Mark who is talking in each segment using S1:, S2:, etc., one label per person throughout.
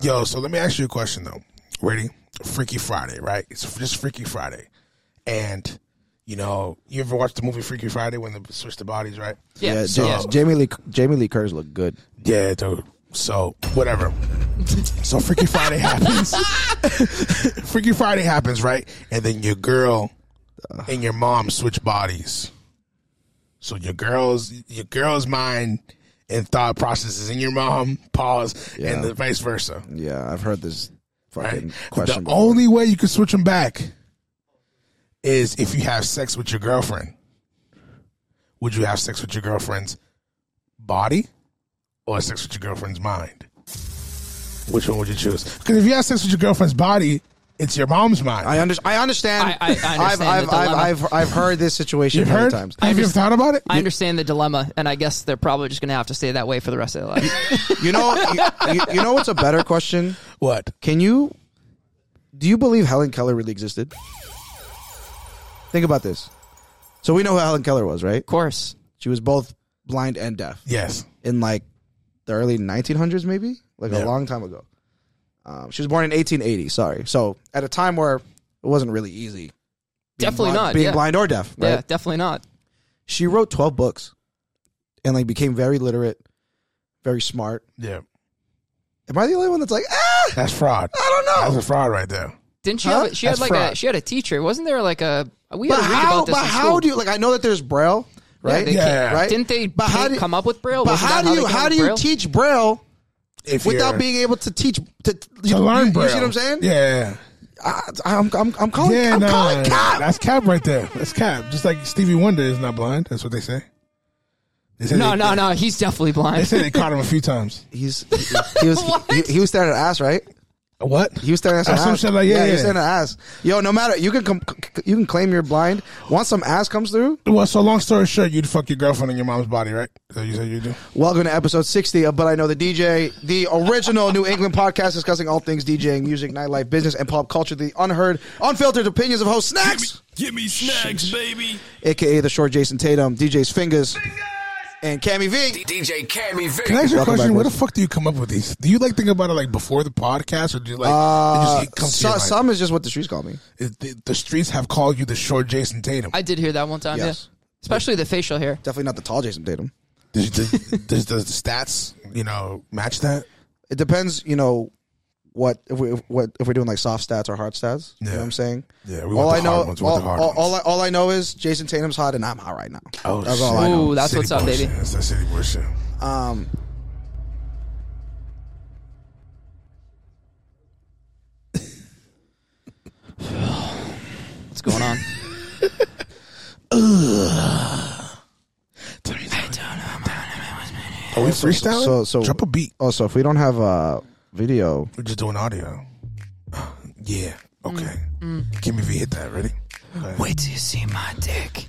S1: Yo, so let me ask you a question though. Ready? Freaky Friday, right? It's just Freaky Friday, and you know, you ever watched the movie Freaky Friday when they switch the bodies, right?
S2: Yeah,
S3: Yeah,
S1: so-
S3: Ja- Jamie Lee Jamie Lee Curtis looked good.
S1: Yeah, dude. So whatever. so Freaky Friday happens. Freaky Friday happens, right? And then your girl and your mom switch bodies. So your girl's your girl's mind and thought process is in your mom. Pause,
S3: Yeah.
S1: and the vice versa.
S3: Yeah, I've heard this
S1: Right.
S3: fucking
S1: The
S3: question. before.
S1: only way you can switch them back is if you have sex with your girlfriend. Would you have sex with your girlfriend's body or sex with your girlfriend's mind? Which one would you choose? Because if you have sex with your girlfriend's body, it's your mom's mind.
S3: I, under, I understand.
S2: I- I- I understand the
S3: have I've,
S2: dilemma.
S3: I've, I've, I've heard this situation
S1: You've
S3: many
S1: heard?
S3: times.
S1: Have you ever thought about it?
S2: I understand the dilemma, and I guess they're probably just going to have to stay that way for the rest of their life.
S3: You know, you, you, you know what's a better question?
S1: what?
S3: Can you? Do you believe Helen Keller really existed? Think about this. So we know who Helen Keller was, right?
S2: of course.
S3: She was both blind and deaf
S1: Yes.
S3: in like the early 1900s, maybe like
S1: Yeah.
S3: a long time ago. Um, she was born in 1880. Sorry, so at a time where it wasn't really easy. being
S2: Definitely
S3: blind-
S2: not.
S3: being
S2: yeah.
S3: blind or deaf. Right?
S2: Yeah, definitely not.
S3: she wrote 12 books and like became very literate very smart
S1: Yeah.
S3: am i the only one that's like ah
S1: That's fraud.
S3: i don't
S1: That's
S3: know
S1: a fraud right there.
S2: Didn't she?
S3: Huh?
S2: Have, she had
S1: That's
S2: like a
S1: fraud.
S2: she had a teacher. Wasn't there like a we had
S3: but
S2: to read
S3: how
S2: about this
S3: but
S2: in
S3: how
S2: school.
S3: do you like i know that there's braille
S2: Yeah,
S3: right
S2: they
S1: Yeah.
S2: can't-
S3: right
S2: Didn't they
S3: But how
S2: can't
S3: do-
S2: come up with braille?
S3: but
S2: Wasn't
S3: how
S2: that
S3: do
S2: they
S3: you
S2: came up
S3: how
S2: with
S3: do you
S2: braille?
S3: teach braille
S1: If
S3: without
S1: you're-
S3: being able to teach to, to
S1: to learn,
S3: you,
S1: bro.
S3: you see what i'm saying
S1: Yeah.
S3: I, I'm, I'm, I'm calling
S1: yeah,
S3: Oh, i'm
S1: nah,
S3: calling cop
S1: That's cap right there. That's cap. Just like Stevie Wonder is not blind. That's what they say. They say
S2: No,
S1: they-
S2: no, no. He's definitely
S1: They
S2: blind.
S1: said they caught him a few times.
S3: he's he was he, he was staring at ass right
S1: What?
S3: He was staring at some
S1: Or some
S3: ass.
S1: shit like- yeah,
S3: he was
S1: yeah.
S3: staring at ass. Yo, no matter you can com- c- you can claim you're blind. Once some ass comes through,
S1: Well, so long story short, you'd fuck your girlfriend in your mom's body, right? So you said you do.
S3: Welcome to episode 60 of But I Know the DJ, the original New England podcast discussing all things DJing, music, nightlife, business, and pop culture. The unheard, unfiltered opinions of host Snacks,
S4: Give me snacks, baby.
S3: aka the short Jason Tatum, DJ's Fingers, and Cammy V.
S4: DJ Cammy
S1: Can
S4: Vick.
S1: I ask you a
S3: Welcome
S1: question?
S3: back,
S1: Where the
S3: Rich.
S1: fuck do you come up with these? Do you like think about it like before the podcast, or do you like it
S3: Uh,
S1: just it comes to
S3: so-
S1: your mind?
S3: some is just what the streets call me.
S1: It- the, the streets have called you the short Jason Tatum.
S2: I did hear that one time.
S3: Yes.
S2: Yeah. Especially the facial hair.
S3: Definitely not the tall Jason Tatum.
S1: does, does, does, does the stats, you know, match that?
S3: It depends, you know, what if we if, what if we're doing like soft stats or hard stats. You know
S1: Yeah.
S3: what I'm saying?
S1: Yeah, we
S3: all
S1: want
S3: I
S1: the
S3: know,
S1: hard ones. We want
S3: all,
S1: the hard
S3: all-
S1: ones.
S3: all I, all I know is Jason Tatum's hot and I'm hot right now.
S1: Oh,
S3: That's all I
S2: know. Ooh, that's
S1: City
S2: what's up,
S1: boy
S2: baby.
S1: shit. That's that city boy shit.
S3: Um,
S2: What's going on?
S1: Are we freestyling?
S3: so- Oh, so-
S1: drop a beat.
S3: also, if we don't have uh, video,
S1: We're just doing audio. Yeah. Okay. Give me V hit that. Ready? Okay.
S2: Wait till you see my dick.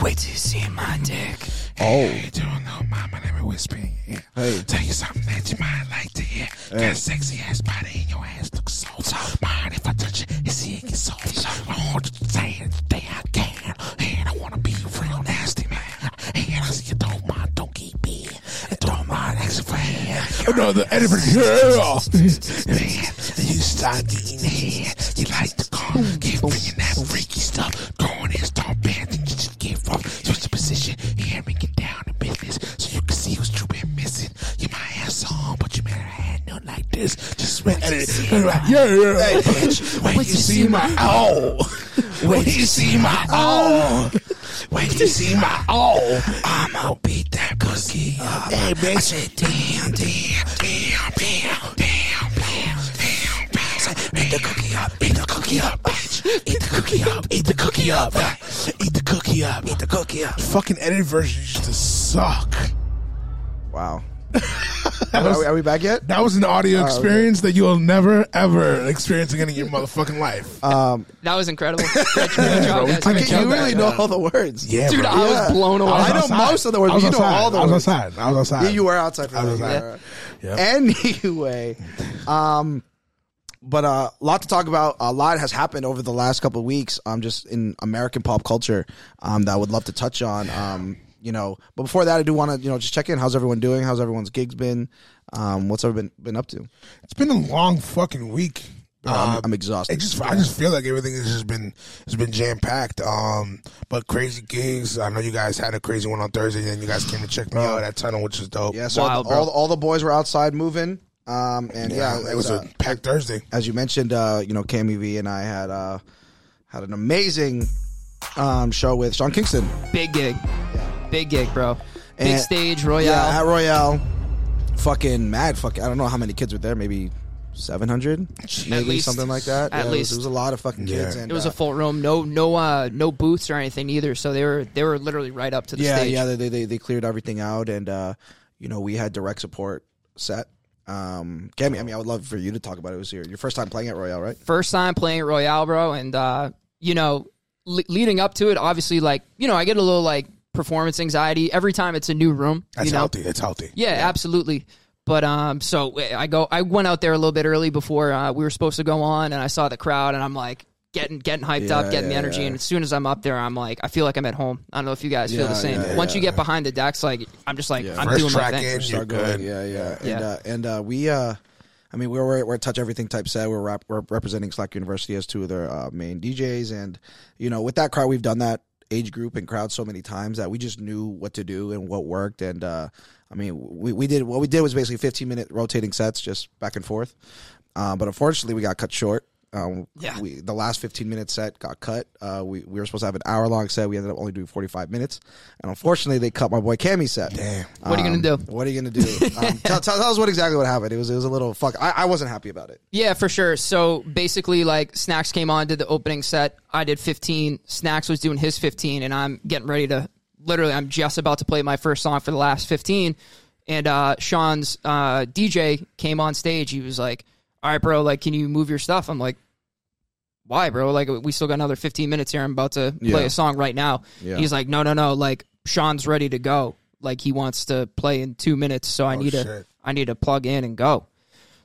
S2: Wait till you see my dick.
S1: Oh. You don't know, mama, let me whisper in your ear.
S3: Hey.
S1: Tell you something that you might like to hear. Got sexy ass body and your ass looks so soft. Mind if I touch it and see it get soft? I want you to say it today I can. And I want to be real nasty, man. And I see you don't mind, don't keep me. And don't mind asking for hand. No, the editor. Yeah. Man, you start getting head. You like to come, get bringing that freaky stuff. Go on and start bending. You just get up, switch the position, and bring it down to business so you can see what you been missing. You might have some, but you may not have none like this. Just wait. Hey, yeah, yeah. Hey, bitch, wait till you see my owl. Wait till you see my owl. Wait till you see my owl. I'm gonna beat that cookie. up. Hey, bitch. I said, damn, damn, damn, damn, damn, damn. Eat the cookie up, eat the cookie up, bitch. Eat the cookie up, eat the cookie up, eat the cookie up, eat the cookie up. Fucking edited version used to suck.
S3: wow. are, we, are we back yet?
S1: That was an
S3: Oh,
S1: audio experience that you'll never ever experience again in your motherfucking life.
S2: That was incredible. Great, great job,
S1: we
S2: guys.
S1: couldn't
S3: You
S1: count that.
S3: really know all the words.
S1: yeah,
S2: Dude,
S1: bro.
S2: I was blown away.
S3: I know
S1: outside.
S3: most of the words,
S1: I was
S3: but you know
S1: outside.
S3: all the
S1: I was
S3: words.
S1: outside. I was outside.
S3: Yeah, you were outside for
S1: I
S3: that.
S1: was
S3: yeah.
S1: outside. Yep.
S3: Anyway, um, but a uh, lot to talk about. A lot has happened over the last couple of weeks. Um, just in American pop culture, um, that I would love to touch on. Um, you know, but before that, I do want to you know just check in. How's everyone doing? How's everyone's gigs been? Um, what's everyone been, been up to?
S5: It's been a long fucking week.
S3: I'm,
S5: Uh,
S3: I'm exhausted.
S5: I just I just feel like everything has just been has been jam packed. Um, but crazy gigs. I know you guys had a crazy one on Thursday, and you guys came to check me out at Tunnel, which is dope.
S3: yeah, so
S2: Wild, bro.
S3: all all the boys were outside moving. Um, and yeah,
S5: yeah, it was
S3: uh,
S5: a packed Thursday.
S3: as you mentioned, uh, you know, KMEV and I had uh, had an amazing um, show with Sean Kingston.
S2: Big gig. Big gig, bro. Big
S3: And-
S2: stage, Royale.
S3: Yeah, at Royale. Fucking mad. Fucking, I don't know how many kids were there. Maybe seven hundred, maybe
S2: least.
S3: something like that.
S2: At
S3: Yeah, it was-
S2: least.
S3: it was, a lot of fucking kids.
S5: Yeah.
S3: And,
S2: it was
S3: uh,
S2: a full room. No no uh no booths or anything either. So they were they were literally right up to the
S3: yeah,
S2: stage.
S3: yeah. They, they they cleared everything out, and uh, you know we had direct support set. Um, Cammy, I mean, I would love for you to talk about it. It was your, your first time playing at Royale, right?
S2: first time playing at Royale, bro, and uh, you know, le- leading up to it, obviously, like you know, I get a little like performance anxiety every time it's a new room.
S5: That's
S2: you know?
S5: healthy. It's healthy.
S2: Yeah, absolutely. But um, so I go, I went out there a little bit early before uh, we were supposed to go on, and I saw the crowd, and I'm like getting getting hyped up,
S3: Yeah,
S2: getting the
S3: yeah,
S2: energy,
S3: yeah.
S2: and as soon as I'm up there, I'm like, I feel like I'm at home. I don't know if you guys feel
S3: Yeah,
S2: the same.
S3: yeah,
S2: Once you get behind the decks, like I'm just like I'm
S5: First
S2: doing my
S5: track
S2: thing.
S5: in, you're
S3: start going.
S5: good.
S3: Yeah, yeah. And,
S2: Yeah.
S3: Uh, and uh, we, uh, I mean, we're, we're, we're a touch everything type set. We're, rap, we're representing Slack University as two of their uh, main DJs. And, you know, with that crowd, we've done that age group and crowd so many times that we just knew what to do and what worked. And, uh, I mean, we, we did what we did was basically 15 minute rotating sets, just back and forth. Uh, but unfortunately, we got cut short. Um,
S2: Yeah.
S3: we, the last 15 minute set got cut. Uh, we, we were supposed to have an hour long set. We ended up only doing 45 minutes. And unfortunately, they cut my boy Cammy's set.
S5: Damn.
S2: What are you gonna
S3: Um,
S2: do?
S3: What are you gonna do? Um, tell, tell, tell us what exactly what happened. It was it was a little fuck. I, I wasn't happy about it.
S2: Yeah, for sure. So basically, like Snacks came on, did the opening set. I did 15. Snacks was doing his 15, and I'm getting ready to literally. I'm just about to play my first song for the last 15, and uh, Sean's uh, DJ came on stage. He was like, "All right, bro, like, can you move your stuff?" I'm like, why, bro? Like, we still got another 15 minutes here. I'm about to play a song right now. He's like, no, no, no. Like, Sean's ready to go. Like, he wants to play in two minutes. So I need to,
S5: shit.
S2: I need to plug in and go.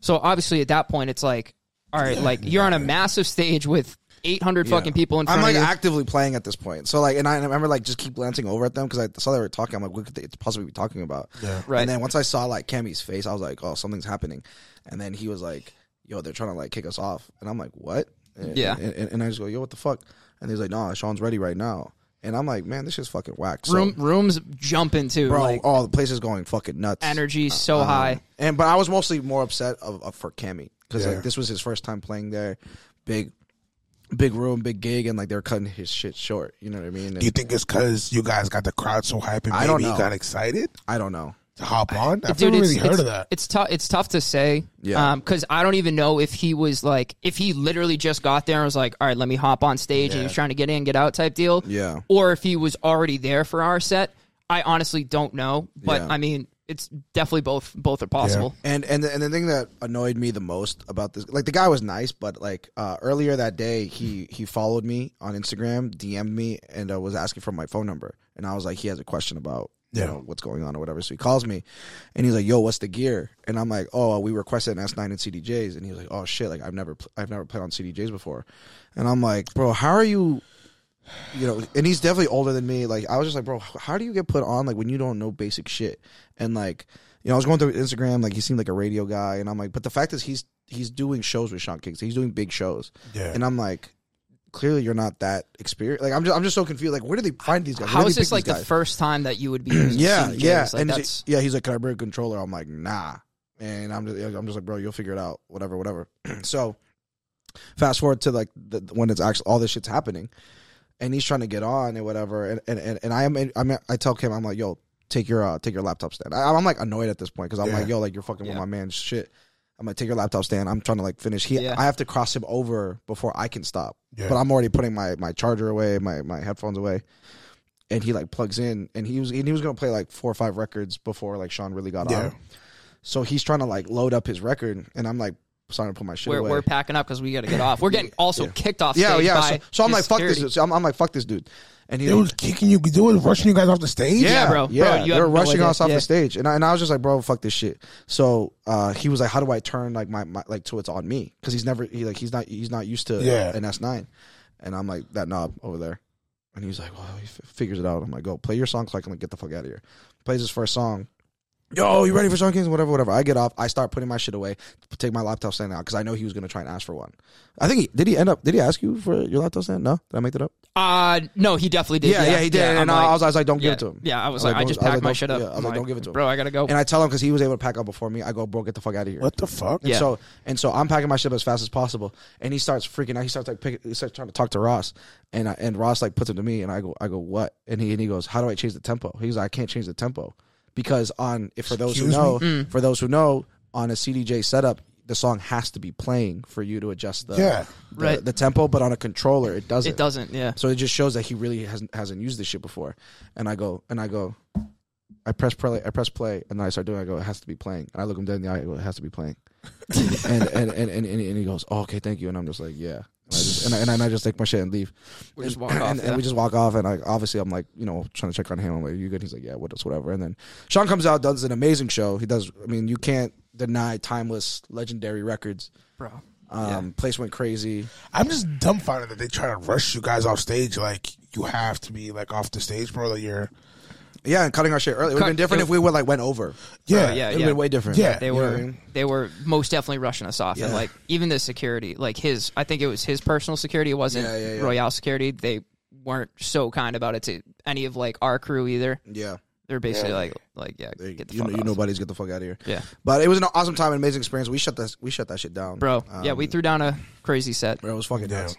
S2: So obviously, at that point, it's like, all right, like you're on a massive stage with 800 fucking people in front
S3: I'm like
S2: of you.
S3: actively playing at this point. So like, and I, and I remember like just keep glancing over at them because I saw they were talking. I'm like, what could they possibly be talking about? Yeah.
S2: Right.
S3: And then once I saw like Cammy's face, I was like, oh, something's happening. And then he was like, yo, they're trying to like kick us off. And I'm like, what? And-
S2: Yeah.
S3: And, and, and I just go, yo, what the fuck? And he's like, nah, Sean's ready right now. And I'm like, man, this is fucking whack. So,
S2: Room, rooms jumping too.
S3: bro,
S2: like,
S3: oh, the place is going fucking nuts.
S2: energy so
S3: Um,
S2: high.
S3: And but I was mostly more upset of, of for Cammy because
S5: Yeah.
S3: like this was his first time playing there, big, big room, big gig, and like they were cutting his shit short. You know what I mean? And
S5: Do you think it's because you guys got the crowd so hype and
S3: I
S5: maybe
S3: don't know.
S5: you got excited
S3: I don't know.
S5: to hop on? I've
S2: Dude,
S5: never
S2: it's,
S5: really heard
S2: it's,
S5: of that.
S2: It's tough. It's tough to say.
S3: Yeah.
S2: Because I don't even know if he was like, if he literally just got there and was like, all right, let me hop on stage, and he was trying to get in, get out type deal.
S3: Yeah.
S2: Or if he was already there for our set. I honestly don't know. But
S3: Yeah.
S2: I mean, it's definitely both. Both are possible.
S3: And and the, and the thing that annoyed me the most about this, like the guy was nice, but like uh, earlier that day, he he followed me on Instagram, DM'd me, and uh, was asking for my phone number, and I was like, he has a question about. You
S5: Yeah.
S3: know what's going on or whatever. So he calls me, and he's like, "Yo, what's the gear?" And I'm like, "Oh, we requested an S9 and CDJs." And he was like, "Oh shit, like I've never, pl- I've never played on CDJs before." And I'm like, "Bro, how are you you know, and he's definitely older than me. Like I was just like, bro, how do you get put on like when you don't know basic shit? And like, you know, I was going through Instagram, like he seemed like a radio guy, and I'm like, but the fact is he's he's doing shows with Sean Kingston, he's doing big shows,
S5: Yeah.
S3: and I'm like, clearly you're not that experienced. Like I'm just I'm just so confused. Like where do they find these guys? Where
S2: How
S3: do
S2: is
S3: they
S2: this
S3: pick
S2: like
S3: these
S2: the
S3: guys?
S2: first time that you would be? using
S3: Yeah,
S2: CDJs?
S3: yeah,
S2: Like,
S3: and he's-
S2: that's
S3: yeah. He's like, can I bring a controller? I'm like, nah. And I'm just, I'm just like, bro, you'll figure it out. Whatever, whatever. so, fast forward to like the, when it's actually all this shit's happening, and he's trying to get on and whatever. And and and, and I am I'm I tell Kim I'm like, yo, take your uh, take your laptop stand. I, I'm like annoyed at this point because I'm
S5: Yeah.
S3: like, yo, like you're fucking with
S2: Yeah.
S3: my man's shit. I'm like, take your laptop stand. I'm trying to like finish. He,
S2: Yeah.
S3: I have to cross him over before I can stop.
S5: Yeah.
S3: But I'm already putting my my charger away, my my headphones away and he like plugs in and he was and he was gonna play like four or five records before like Sean really got
S5: Yeah.
S3: on. So he's trying to like load up his record and I'm like starting to put my shit
S2: we're,
S3: away.
S2: we're packing up because we got to get off. We're getting also kicked off.
S3: yeah,
S2: stage
S3: yeah.
S2: by
S3: So, so I'm
S2: his
S3: like, fuck this
S2: security.
S3: dude. So I'm, I'm like, fuck this dude. And he
S5: They was kicking you, they was rushing you guys off the stage?
S2: Yeah, bro.
S3: Yeah,
S2: you
S3: they
S2: have
S3: were
S2: no
S3: rushing
S2: idea.
S3: us off
S2: Yeah.
S3: the stage, and I, and I was just like, bro, fuck this shit. So uh, he was like, how do I turn like my, my like to it's on me because he's never he like he's not he's not used to
S5: Yeah.
S3: an S nine, and I'm like that knob over there, And he's like, well, he f- figures it out. I'm like, go play your song so I can like, get the fuck out of here. Plays his first song. Yo, you ready for Song Kings? Whatever, whatever. I get off. I start putting my shit away. Take my laptop stand out because I know he was gonna try and ask for one. I think he did. He end up. Did he ask you for your laptop stand? No, did I make that up?
S2: Uh, no, he definitely did.
S3: Yeah, yeah, he did.
S2: I'm
S3: and I,
S2: like-
S3: was, I was like, don't
S2: yeah,
S3: give it to him.
S2: Yeah, I was like, I
S3: don't-
S2: just
S3: was
S2: packed my
S3: don't-
S2: shit up.
S3: Yeah, I was like, don't give it to him.
S2: Bro, I gotta go.
S3: And I tell him because he was able to pack up before me. I go, bro, get the fuck out of here.
S1: What the fuck?
S3: And
S2: Yeah.
S3: so and so I'm packing my shit up as fast as possible, and he starts freaking out. He starts like pick, he starts trying to talk to Ross, and I, and Ross like puts him to me, and I go I go what? And he and he goes, how do I change the tempo? He's like, I can't change the tempo because on if for those who know for those who know on a CDJ setup the song has to be playing for you to adjust the
S1: Yeah.
S3: the,
S2: Right.
S3: the tempo, but on a controller it doesn't.
S2: it doesn't. Yeah.
S3: So it just shows that he really hasn't hasn't used this shit before. And I go and I go, I press play, I press play, and then I start doing. it. I go, it has to be playing. And I look him dead in the eye. I go, it has to be playing. and, and, and, and and he goes, oh, okay, thank you. And I'm just like, yeah. And I just and I, and I just take my shit and leave.
S2: We just
S3: And-
S2: walk
S3: and,
S2: off,
S3: And,
S2: yeah.
S3: we just walk off. And I, obviously, I'm like, you know, trying to check on him. I'm like, you good? He's like, yeah, what does whatever. And then Sean comes out, does an amazing show. He does. I mean, you can't deny timeless, legendary records.
S2: Bro.
S3: Um, place went crazy.
S1: I'm just dumbfounded that they try to rush you guys off stage. Like you have to be like off the stage, bro. That you're
S3: Yeah, and cutting our shit early. It would have
S2: Cut-
S3: been different if we would like went over.
S1: yeah,
S2: yeah,
S3: It would have been way different.
S1: Yeah.
S2: They
S1: You
S3: know what
S2: were
S3: I mean?
S2: they were most definitely rushing us off, and
S1: Yeah.
S2: like even the security, like his, I think it was his personal security. It wasn't
S3: Yeah, yeah, yeah.
S2: Royale security. They weren't so kind about it to any of like our crew either.
S3: Yeah.
S2: They're basically like, like yeah,
S3: They-
S2: get the
S3: you
S2: fuck
S3: know, you
S2: off.
S3: know, buddies, get the fuck out of here.
S2: Yeah.
S3: But it was an awesome time, an amazing experience. We shut that, we shut that shit down, Uh,
S2: bro. yeah,
S3: Um,
S2: we threw down a crazy set.
S3: Bro, it was fucking
S1: Yeah.
S3: nuts.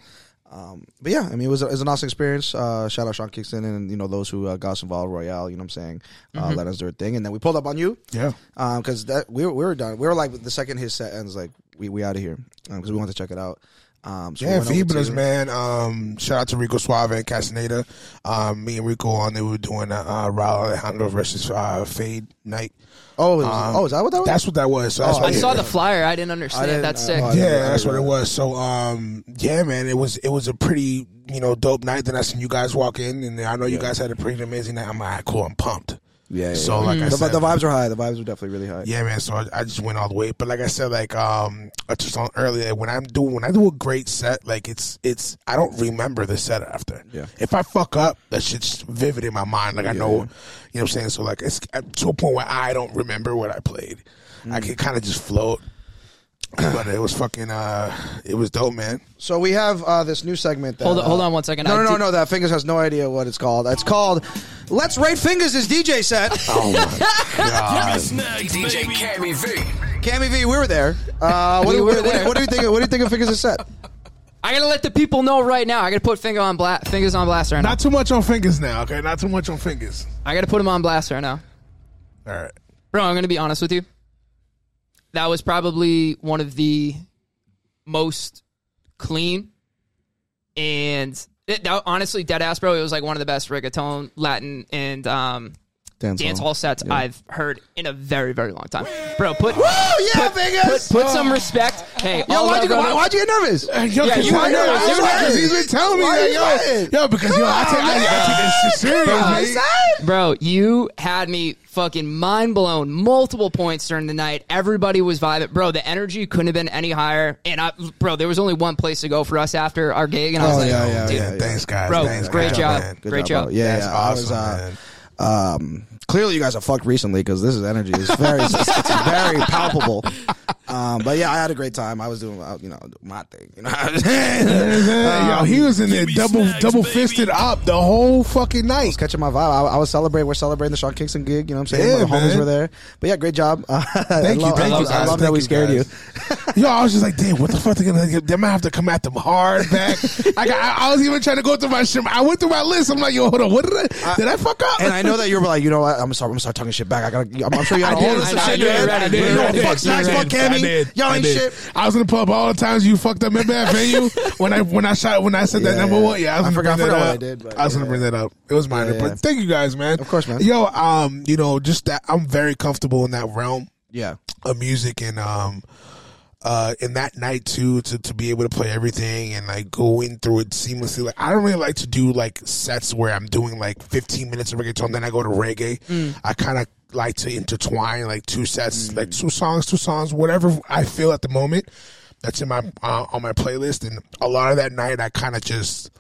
S3: Um, but yeah, I mean, it was, a, it was an awesome experience. Uh, shout out Sean Kingston and you know those who uh, got us involved, Royale. You know what I'm saying? Uh,
S2: Mm-hmm.
S3: Let us do our thing, and then we pulled up on you.
S1: Yeah.
S3: because that we were, we were done. We were like the second his set ends, like we we out of here because we wanted to check it out. Um, so we
S1: Yeah,
S3: went over to
S1: Fibras,
S3: you.
S1: man. Um, shout out to Rico Suave and Castaneda. Um, me and Rico on there, we were doing a uh, Raul Alejandro versus uh, Fade night.
S3: Oh, it was-
S1: Um,
S3: oh, is that what that was?
S1: That's what that was. So that's
S3: Oh,
S1: why
S2: I
S3: yeah.
S2: saw the flyer. I didn't understand.
S3: didn't-
S2: That's
S3: uh,
S2: sick.
S3: oh, I-
S1: yeah, that's what it
S3: Right.
S1: was. So, um, yeah, man, it was it was a pretty you know dope night. Then I seen you guys walk in, and I know you guys had a pretty amazing night. I'm like, "All right, cool, I'm pumped.
S3: yeah. yeah,
S1: So
S3: yeah.
S1: like I
S3: the,
S1: said,
S3: the vibes were high. The vibes were definitely really high.
S1: yeah, man. So I, I just went all the way. But like I said, like um, I touched on earlier, when I'm doing when I do a great set, like it's it's I don't remember the set after.
S3: Yeah.
S1: If I fuck up, that shit's vivid in my mind. Like I know,
S3: yeah.
S1: you know what I'm saying. So like it's at, to a point where I don't remember what I played.
S3: Mm.
S1: I can kind of just float. but it was fucking uh, it was dope, man.
S3: So we have uh, this new segment. That,
S2: Hold on-
S3: uh,
S2: hold on one second.
S3: No,
S2: I
S3: no, no,
S2: did-
S3: no. That fingers has no idea what it's called. It's called "Let's Rate Fingers" is DJ set.
S1: Oh my god.
S4: Snacks,
S6: DJ
S4: baby.
S6: Cammy V.
S3: Cammy V, we were there. Uh, what, do,
S2: We were
S3: what, what-
S2: there.
S3: what do you think? What do you think of fingers is set?
S2: I gotta let the people know right now. I gotta put finger on bla- fingers on blast right now.
S1: Not too much on fingers now, okay? Not too much on fingers.
S2: I gotta put him on blast right now.
S1: All right.
S2: Bro, I'm gonna be honest with you. That was probably one of the most clean and it, that, honestly, dead ass, bro. It was like one of the best reggaeton, Latin, and um,
S3: Dance,
S2: dance hall sets I've heard in a very, very long time, bro. Put
S3: Oh yeah, fingers.
S2: put some respect. Hey,
S3: Yo,
S2: all
S3: why'd you,
S2: love,
S3: why,
S2: brother.
S3: why'd you get nervous?
S1: Yo,
S2: Yeah,
S1: cause
S2: you
S1: I
S2: were
S1: know,
S2: nervous.
S1: I
S2: You were
S1: know,
S2: nervous.
S1: 'cause he's been telling me
S3: Why you
S1: that,
S3: sweating?
S1: yo, yo, because yo, I take, I, I take this shit serious, man.
S2: Bro, you had me fucking mind blown multiple points during the night. Everybody was vibing. Bro, the energy couldn't have been any higher. And I, bro, there was only one place to go for us after our gig. And I was
S3: Oh,
S2: like,
S3: yeah, yeah,
S2: dude,
S1: Yeah, thanks, guys.
S2: Bro,
S1: thanks,
S2: great
S1: guys,
S2: job.
S1: man.
S3: Good
S2: Great
S3: bro.
S2: job.
S3: Yeah,
S1: That's
S3: yeah, I was,
S1: awesome,
S3: uh,
S1: man.
S3: um, clearly you guys are fucked recently because this is energy. It's very, it's, it's very palpable. Um, but yeah, I had a great time. I was doing, uh, you know, my thing. You know,
S1: yo, he was in there
S4: me
S1: double
S4: snacks,
S1: double
S4: baby.
S1: fisted up the whole fucking night.
S3: catching my vibe. I, I was celebrating. We're celebrating the Sean Kingston gig. You know what I'm saying?
S1: Yeah,
S3: the homies
S1: man.
S3: were there. But yeah, great job. Uh,
S1: Thank you, thank
S3: I
S1: you,
S3: love,
S1: guys.
S3: I love that
S1: Thank
S3: we
S1: you,
S3: scared
S1: guys.
S3: you.
S1: Yo, I was just like, damn, what the fuck? They're gonna, they might have to come at them hard back. I, got, I, I was even trying to go through my shit. I went through my list. I'm like, yo, hold on, what did I, did I fuck up?
S3: And I know that you were like, you know what? I'm gonna start. I'm gonna start talking shit back. I gotta. I'm, I'm sure you had
S2: I
S3: a whole
S2: did,
S3: list of
S2: I
S3: shit.
S2: did,
S3: man.
S2: I did,
S3: You know,
S2: I did,
S3: fuck Snacks, fuck Cammy. Y'all ain't shit.
S1: I was in the pub all the times you fucked up. Remember that venue when I when I shot when I said that
S3: Yeah,
S1: number
S3: yeah.
S1: one? Yeah, I, was
S3: I
S1: gonna
S3: forgot-
S1: bring
S3: I
S1: that
S3: forgot
S1: up.
S3: what I did, but
S1: I was
S3: yeah.
S1: gonna bring that up. It was minor,
S3: Yeah, yeah.
S1: but thank you guys, man.
S3: Of course, man.
S1: Yo, um, you know, just that I'm very comfortable in that realm
S3: Yeah.
S1: of music and um uh in that night too to to be able to play everything and like go in through it seamlessly like i don't really like to do like sets where i'm doing like 15 minutes of reggaeton then i go to reggae i kind of like to intertwine like two sets like two songs two songs whatever i feel at the moment that's in my uh, on my playlist and a lot of that night i kind of just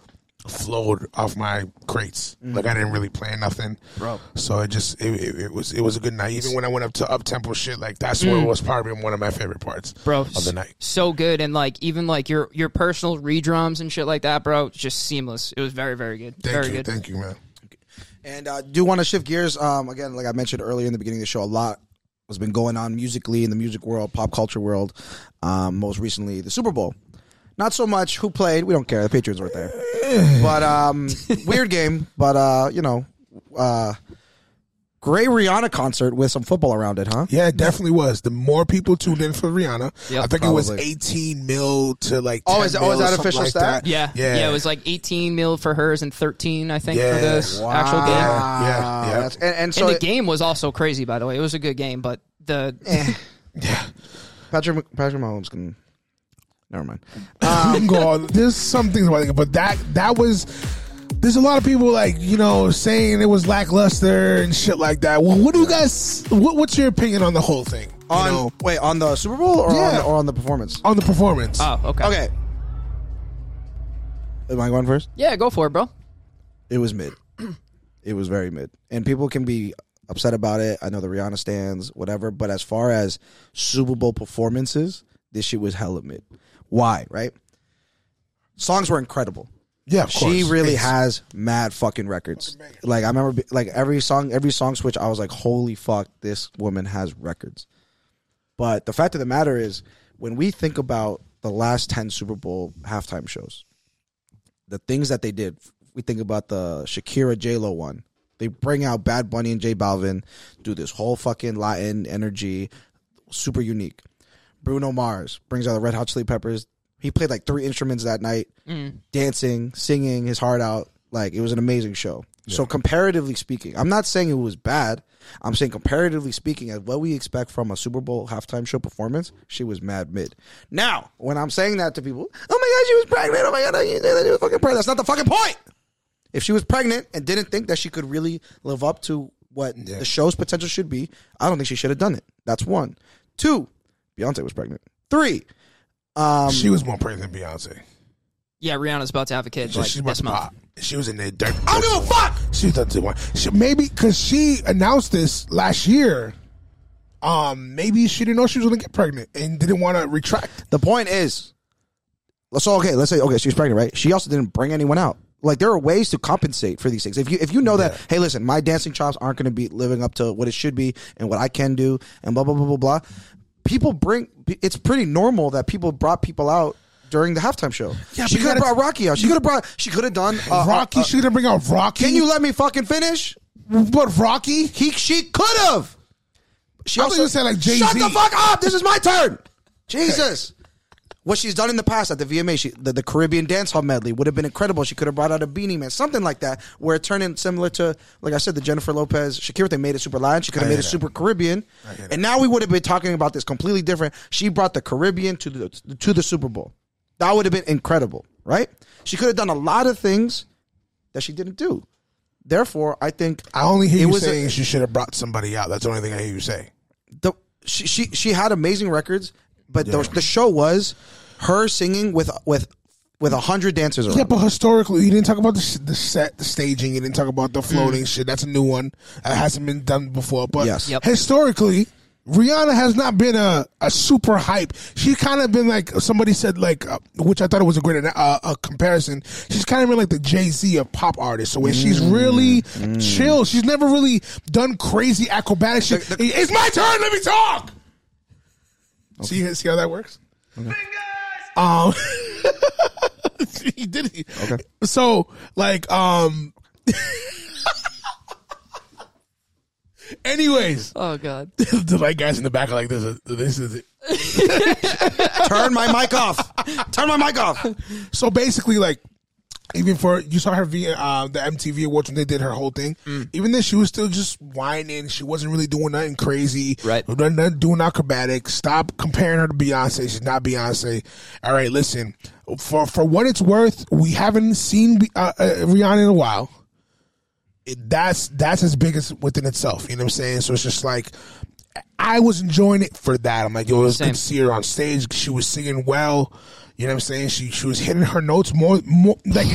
S1: flowed off my crates. Like I didn't really plan nothing,
S3: Bro.
S1: So it just it, it, it was it was a good night. Even when I went up to up tempo shit, like that's what was probably one of my favorite parts,
S2: bro.
S1: of the night.
S2: so good, and like even like your your personal redrums and shit like that, bro. Just seamless. It was very very good.
S1: Thank
S2: very
S1: you,
S2: good.
S1: thank you, man.
S3: And uh, do want to shift gears. Um, again, like I mentioned earlier in the beginning of the show, a lot has been going on musically in the music world, pop culture world. Um, most recently, the Super Bowl. Not so much who played. We don't care. The Patriots weren't there. but um, weird game. But uh, you know, uh, Gray Rihanna concert with some football around it, huh?
S1: Yeah, it definitely was. The more people tuned in for Rihanna,
S2: Yep.
S1: I think it was
S3: Probably.
S1: 18 mil to like.
S3: Oh,
S1: 10
S3: is- oh,
S1: mil
S3: is that
S1: or something
S3: official
S1: like
S3: stat?
S1: that.
S2: Yeah. yeah,
S1: yeah,
S2: It was like 18 mil for hers and 13, I think,
S1: Yeah.
S2: for this
S1: Wow.
S2: actual game.
S1: Yeah, yeah, yeah.
S3: That's- and, and so
S2: and the game was also crazy, by the way. It was a good game, but the
S3: Patrick Patrick Mahomes can. Never mind.
S1: um, go on. There's some things about it, but that that was. There's a lot of people like you know saying it was lackluster and shit like that. Well, what do you guys? What, what's your opinion on the whole thing? You
S3: On
S1: know,
S3: wait on the Super Bowl or on
S1: Yeah.
S3: the, or on the performance?
S1: on the performance.
S2: oh, okay,
S3: Okay. Am I going first?
S2: yeah, go for it, bro.
S3: It was mid. It was very mid. And people can be upset about it. I know the Rihanna stands, whatever. But as far as Super Bowl performances, this shit was hella mid. Why, right? Songs were incredible.
S1: yeah, of
S3: She
S1: course.
S3: really
S1: It's-
S3: has mad fucking records. Like I remember, be- like every song, every song switch, I was like, "Holy fuck, this woman has records." But the fact of the matter is, when we think about the last ten Super Bowl halftime shows, the things that they did, we think about the Shakira J Lo one. They bring out Bad Bunny and J Balvin, do this whole fucking Latin energy, super unique. Bruno Mars brings out the Red Hot Chili Peppers. He played like three instruments that night, dancing, singing his heart out. Like it was an amazing show. So comparatively speaking, I'm not saying it was bad. I'm saying comparatively speaking, as what we expect from a Super Bowl halftime show performance, she was mad mid. Now, when I'm saying that to people, oh my god, she was pregnant. Oh my god, you said that she was fucking pregnant. That's not the fucking point. If she was pregnant and didn't think that she could really live up to what the show's potential should be, I don't think she should have done it. That's one. Two, Beyonce was pregnant. Three,
S1: she was more pregnant than Beyonce.
S2: Yeah, Rihanna's about to have a kid
S1: So
S2: like
S1: she
S2: this
S1: was
S2: month.
S1: pop. She was in there. Dirt.
S3: I don't give a fuck.
S1: She doesn't do one. She, maybe because she announced this last year. Um, maybe she didn't know she was going to get pregnant and didn't want to retract.
S3: The point is, so okay, let's say okay, she's pregnant, right? She also didn't bring anyone out. Like there are ways to compensate for these things. If you if you know that, hey, listen, my dancing chops aren't going to be living up to what it should be and what I can do, and blah blah blah blah blah. People bring. It's pretty normal that people brought people out during the halftime show.
S1: Yeah,
S3: she
S1: but
S3: could have
S1: you gotta-
S3: brought Rocky out. She could have brought. She could have done uh,
S1: Rocky,
S3: uh, uh,
S1: she didn't bring out Rocky.
S3: can you let me fucking finish?
S1: But Rocky,
S3: He she could have. She
S1: I thought you were saying like Jay-Z.
S3: Shut the fuck up! This is my turn. Jesus. What she's done in the past at the VMA, she, the, the Caribbean dance hall medley would have been incredible. She could have brought out a beanie man, something like that, where it turned in similar to, like I said, the Jennifer Lopez Shakira. They made it super Latin. She could have made it super Caribbean, and now we would have been talking about this completely different. She brought the Caribbean to the to the Super Bowl. That would have been incredible, right? She could have done a lot of things that she didn't do. Therefore, I think
S1: I only hear
S3: It
S1: you
S3: was a-
S1: saying she should have brought somebody out. That's the only thing I hear you say.
S3: the she she, she had amazing records, but the, the show was her singing with with with a hundred dancers around.
S1: Yeah, but historically, you didn't talk about the, sh- the set, the staging. You didn't talk about the floating shit. That's a new one. That hasn't been done before. But
S3: Yes.
S2: Yep.
S1: historically, Rihanna has not been a, a super hype. She kind of been like somebody said, like uh, which I thought it was a great uh, a comparison. She's kind of been like the Jay Z of pop artists. So when she's really chill, she's never really done crazy acrobatic shit. it's my turn. Let me talk. See, see how that works. Um, he did. He. Okay. So like um. Anyways,
S2: Oh god,
S1: the white guys in the back are like, "This is this is it."
S3: Turn my mic off. Turn my mic off.
S1: So basically, like, even for you saw her via uh, the MTV Awards when they did her whole thing.
S2: Mm.
S1: Even then, she was still just whining. She wasn't really doing nothing crazy.
S2: Right.
S1: Nothing, nothing doing acrobatic. Stop comparing her to Beyonce. She's not Beyonce. All right, listen. For for what it's worth, we haven't seen Be- uh, uh, Rihanna in a while. It, that's that's as big as within itself. You know what I'm saying? So it's just like I was enjoying it for that. I'm like, yo, it was
S2: Same.
S1: good to see her on stage. She was singing well. You know what I'm saying? She she was hitting her notes more, more like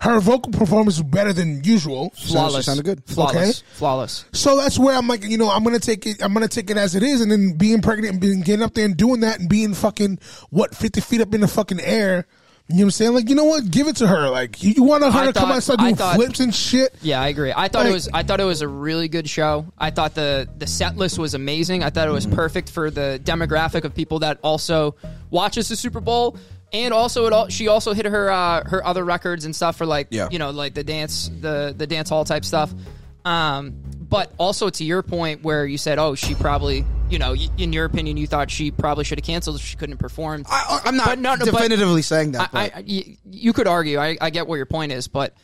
S1: her vocal performance was better than usual.
S2: Flawless.
S3: sounded good.
S2: Flawless. Flawless.
S1: So that's where I'm like, you know, I'm gonna take it. I'm gonna take it as it is, and then being pregnant and being getting up there and doing that and being fucking what fifty feet up in the fucking air. You know what I'm saying? Like, you know what? Give it to her. Like, you, you want her to
S2: I
S1: come out
S2: thought-
S1: and start
S2: I
S1: doing
S2: thought-
S1: flips and shit.
S2: Yeah, I agree. I thought
S1: Like-
S2: it was I thought it was a really good show. I thought the the set list was amazing. I thought it was perfect for the demographic of people that also watches the Super Bowl. And also, it all, she also hit her uh, her other records and stuff for like
S3: Yeah.
S2: you know like the dance the the dance hall type stuff. Um, but also to your point where you said, oh, she probably you know y- in your opinion you thought she probably should have canceled if she couldn't perform.
S3: I, I'm not
S2: But no, no, but-
S3: definitively saying that.
S2: I, I,
S3: but
S2: I- y- you could argue. I, I get where your point is, but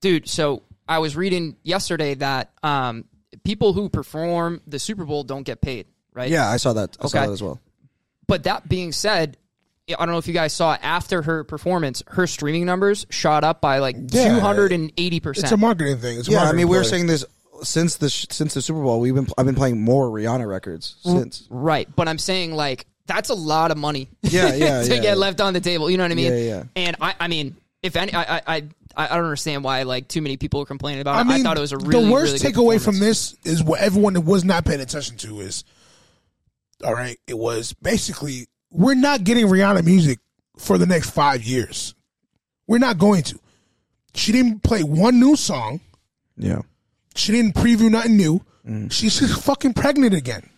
S2: dude, so I was reading yesterday that um, people who perform the Super Bowl don't get paid, right?
S3: yeah, I saw that. I saw
S2: Okay.
S3: that as well.
S2: But that being said, I don't know if you guys saw after her performance, her streaming numbers shot up by like two hundred and eighty
S1: It's a
S2: percent.
S1: marketing thing. It's a
S3: Yeah, I
S1: marketing
S3: mean, we were
S1: play.
S3: saying this since the sh- since the Super Bowl. We've been I've been playing more Rihanna records
S1: Mm.
S3: since.
S2: Right, but I'm saying like that's a lot of money.
S3: Yeah, yeah,
S2: to
S3: yeah.
S2: get left on the table. You know what I mean?
S3: Yeah, yeah.
S2: And I, I mean, if any, I, I, I, I don't understand why like too many people are complaining about
S1: I
S2: it.
S1: mean,
S2: I thought it was a really
S1: the worst
S2: really good
S1: takeaway from
S2: performance.
S1: this is what everyone that was not paying attention to is. All right, it was basically we're not getting Rihanna music for the next five years. We're not going to. She didn't play one new song.
S3: Yeah,
S1: She didn't preview nothing new.
S2: Mm.
S1: She's just fucking pregnant again.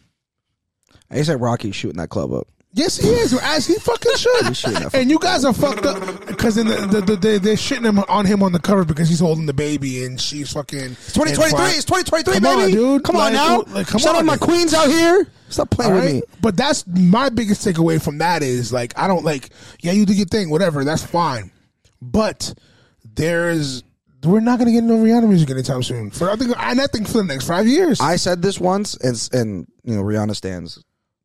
S3: I guess that Rocky shooting that club up.
S1: Yes, he is, as he fucking
S3: shouldn't
S1: should.
S3: have.
S1: and you guys are fucked up because the, the, the, they- they're shitting him on him on the cover because he's holding the baby and she's fucking.
S3: Twenty twenty three. It's twenty twenty three,
S1: Come on,
S3: baby.
S1: dude.
S3: Come
S1: Like,
S3: on now.
S1: like, come
S3: Shout
S1: on,
S3: out my
S1: dude.
S3: queens out here. Stop playing
S1: All
S3: with
S1: right?
S3: me.
S1: But that's my biggest takeaway from that is like I don't like yeah you do your thing whatever that's fine, but there's we're not gonna get no Rihanna music anytime soon for I think and I think for the next five years.
S3: I said this once, and and you know Rihanna stands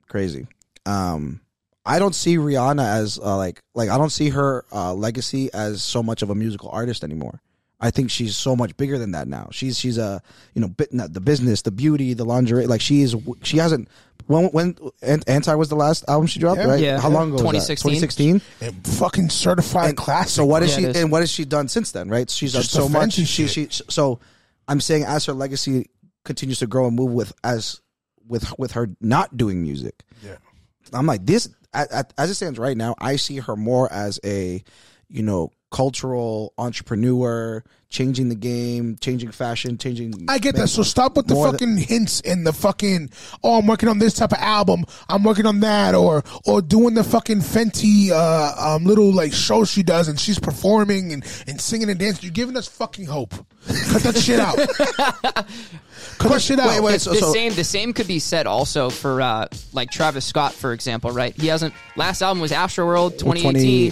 S3: crazy. Um, I don't see Rihanna as uh, like like I don't see her uh, legacy as so much of a musical artist anymore. I think she's so much bigger than that now. She's she's a you know bit, not the business, the beauty, the lingerie. Like she is she hasn't when when Ant- anti was the last album she dropped
S1: Yeah.
S3: right?
S2: Yeah.
S3: How long ago? Twenty
S2: 2016.
S3: sixteen.
S1: and fucking certified classic.
S3: So what is
S2: Yeah, it
S3: she
S2: is.
S3: and what has she done since then? Right? She's done
S1: Just the
S3: so much.
S1: Fenty
S3: She, she so I'm saying as her legacy continues to grow and move with as with with her not doing music.
S1: Yeah.
S3: I'm like this at, at, as it stands right now. I see her more as a you know cultural entrepreneur, changing the game, changing fashion, changing.
S1: I get that. So stop with the
S3: More than-
S1: fucking hints and the fucking oh, I'm working on this type of album. I'm working on that, or or doing the fucking Fenty uh, um, little like show she does, and she's performing and, and singing and dancing. You're giving us fucking hope. Cut that shit out. Cut that shit out.
S3: Wait, wait. So,
S2: the
S3: so
S2: same the same could be said also for uh, like Travis Scott for example, right? He hasn't last album was Astroworld 2018,
S3: 2018,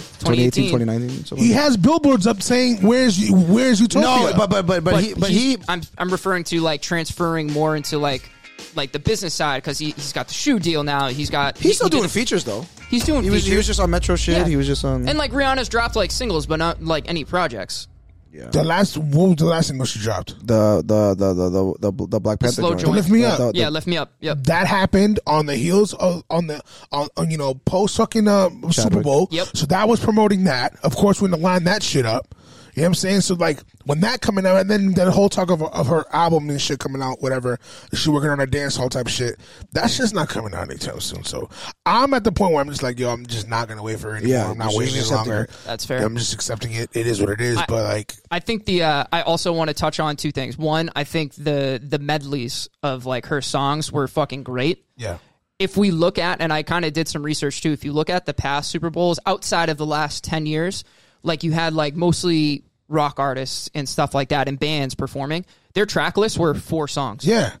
S2: 2018.
S3: 2019. something
S1: He
S3: like
S1: has billboards up saying where's you, where's
S3: that.
S1: Utopia.
S3: no, but but but but,
S2: But,
S3: he but
S2: he's-
S3: he
S2: I'm I'm referring to like transferring more into like like the business side because he he's got the shoe deal now. He's got he-
S3: he's still
S2: he did
S3: doing
S2: a-
S3: features though.
S2: He's doing
S3: He was, he was
S2: features.
S3: just on Metro shit.
S2: Yeah.
S3: He was just on.
S2: and like Rihanna's dropped like singles, but not like any projects.
S1: the last what was the last single she dropped?
S3: the the the the the, the, the Black Panther
S2: slow joint.
S1: Lift Me
S3: The-
S1: Up.
S3: Oh, the- the-
S2: Yeah, lift me up. Yep.
S1: that happened on the heels of on the on, on you know post fucking uh, Super Bowl.
S2: Yep.
S1: So that was promoting that. Of course, we're gonna line that shit up. You know what I'm saying? So like when that coming out, and then that whole talk of, of her album and shit coming out, whatever she working on her dance hall type shit. That's just not coming out anytime soon. So I'm at the point where I'm just like, yo, I'm just not gonna wait for it anymore.
S3: Yeah,
S1: I'm not
S3: just
S1: waiting any
S3: accepting
S1: longer.
S3: it.
S2: That's fair.
S1: I'm just accepting it. It is what it is. but like,
S2: I think the uh, I also want to touch on two things. One, I think the the medleys of like her songs were fucking great.
S1: yeah.
S2: If we look at and I kind of did some research too. If you look at the past Super Bowls outside of the last 10 years, like you had like mostly rock artists and stuff like that and bands performing. Their track lists were four songs.
S1: Yeah,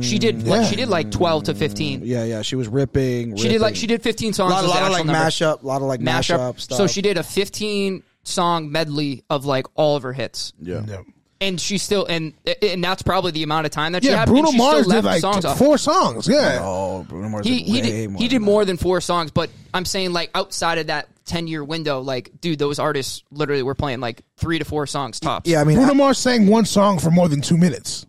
S2: She did like
S1: yeah.
S2: she did like 12 to 15.
S3: Mm, yeah, yeah. She was ripping.
S2: She did like she did 15
S3: a
S2: songs.
S3: lot,
S2: was
S3: a
S2: the
S3: lot of
S2: actual
S3: like
S2: number
S3: mashup, a lot of like mashup, stuff.
S2: So she did a 15 song medley of like all of her hits,
S3: yeah.
S1: yeah.
S2: and she still and and that's probably the amount of time that she
S1: yeah
S2: had.
S1: Bruno
S2: and she still
S1: Mars did
S2: left
S1: like
S2: songs off.
S1: four songs. Yeah,
S3: Oh, Bruno Mars
S2: He
S3: did
S2: he
S3: way
S2: did
S3: more
S2: he
S3: than
S2: did more than four songs, but I'm saying like outside of that 10 year window, like dude, those artists literally were playing like three to four songs tops.
S3: that. Yeah, I mean,
S1: Bruno Mars sang one song for more than two minutes.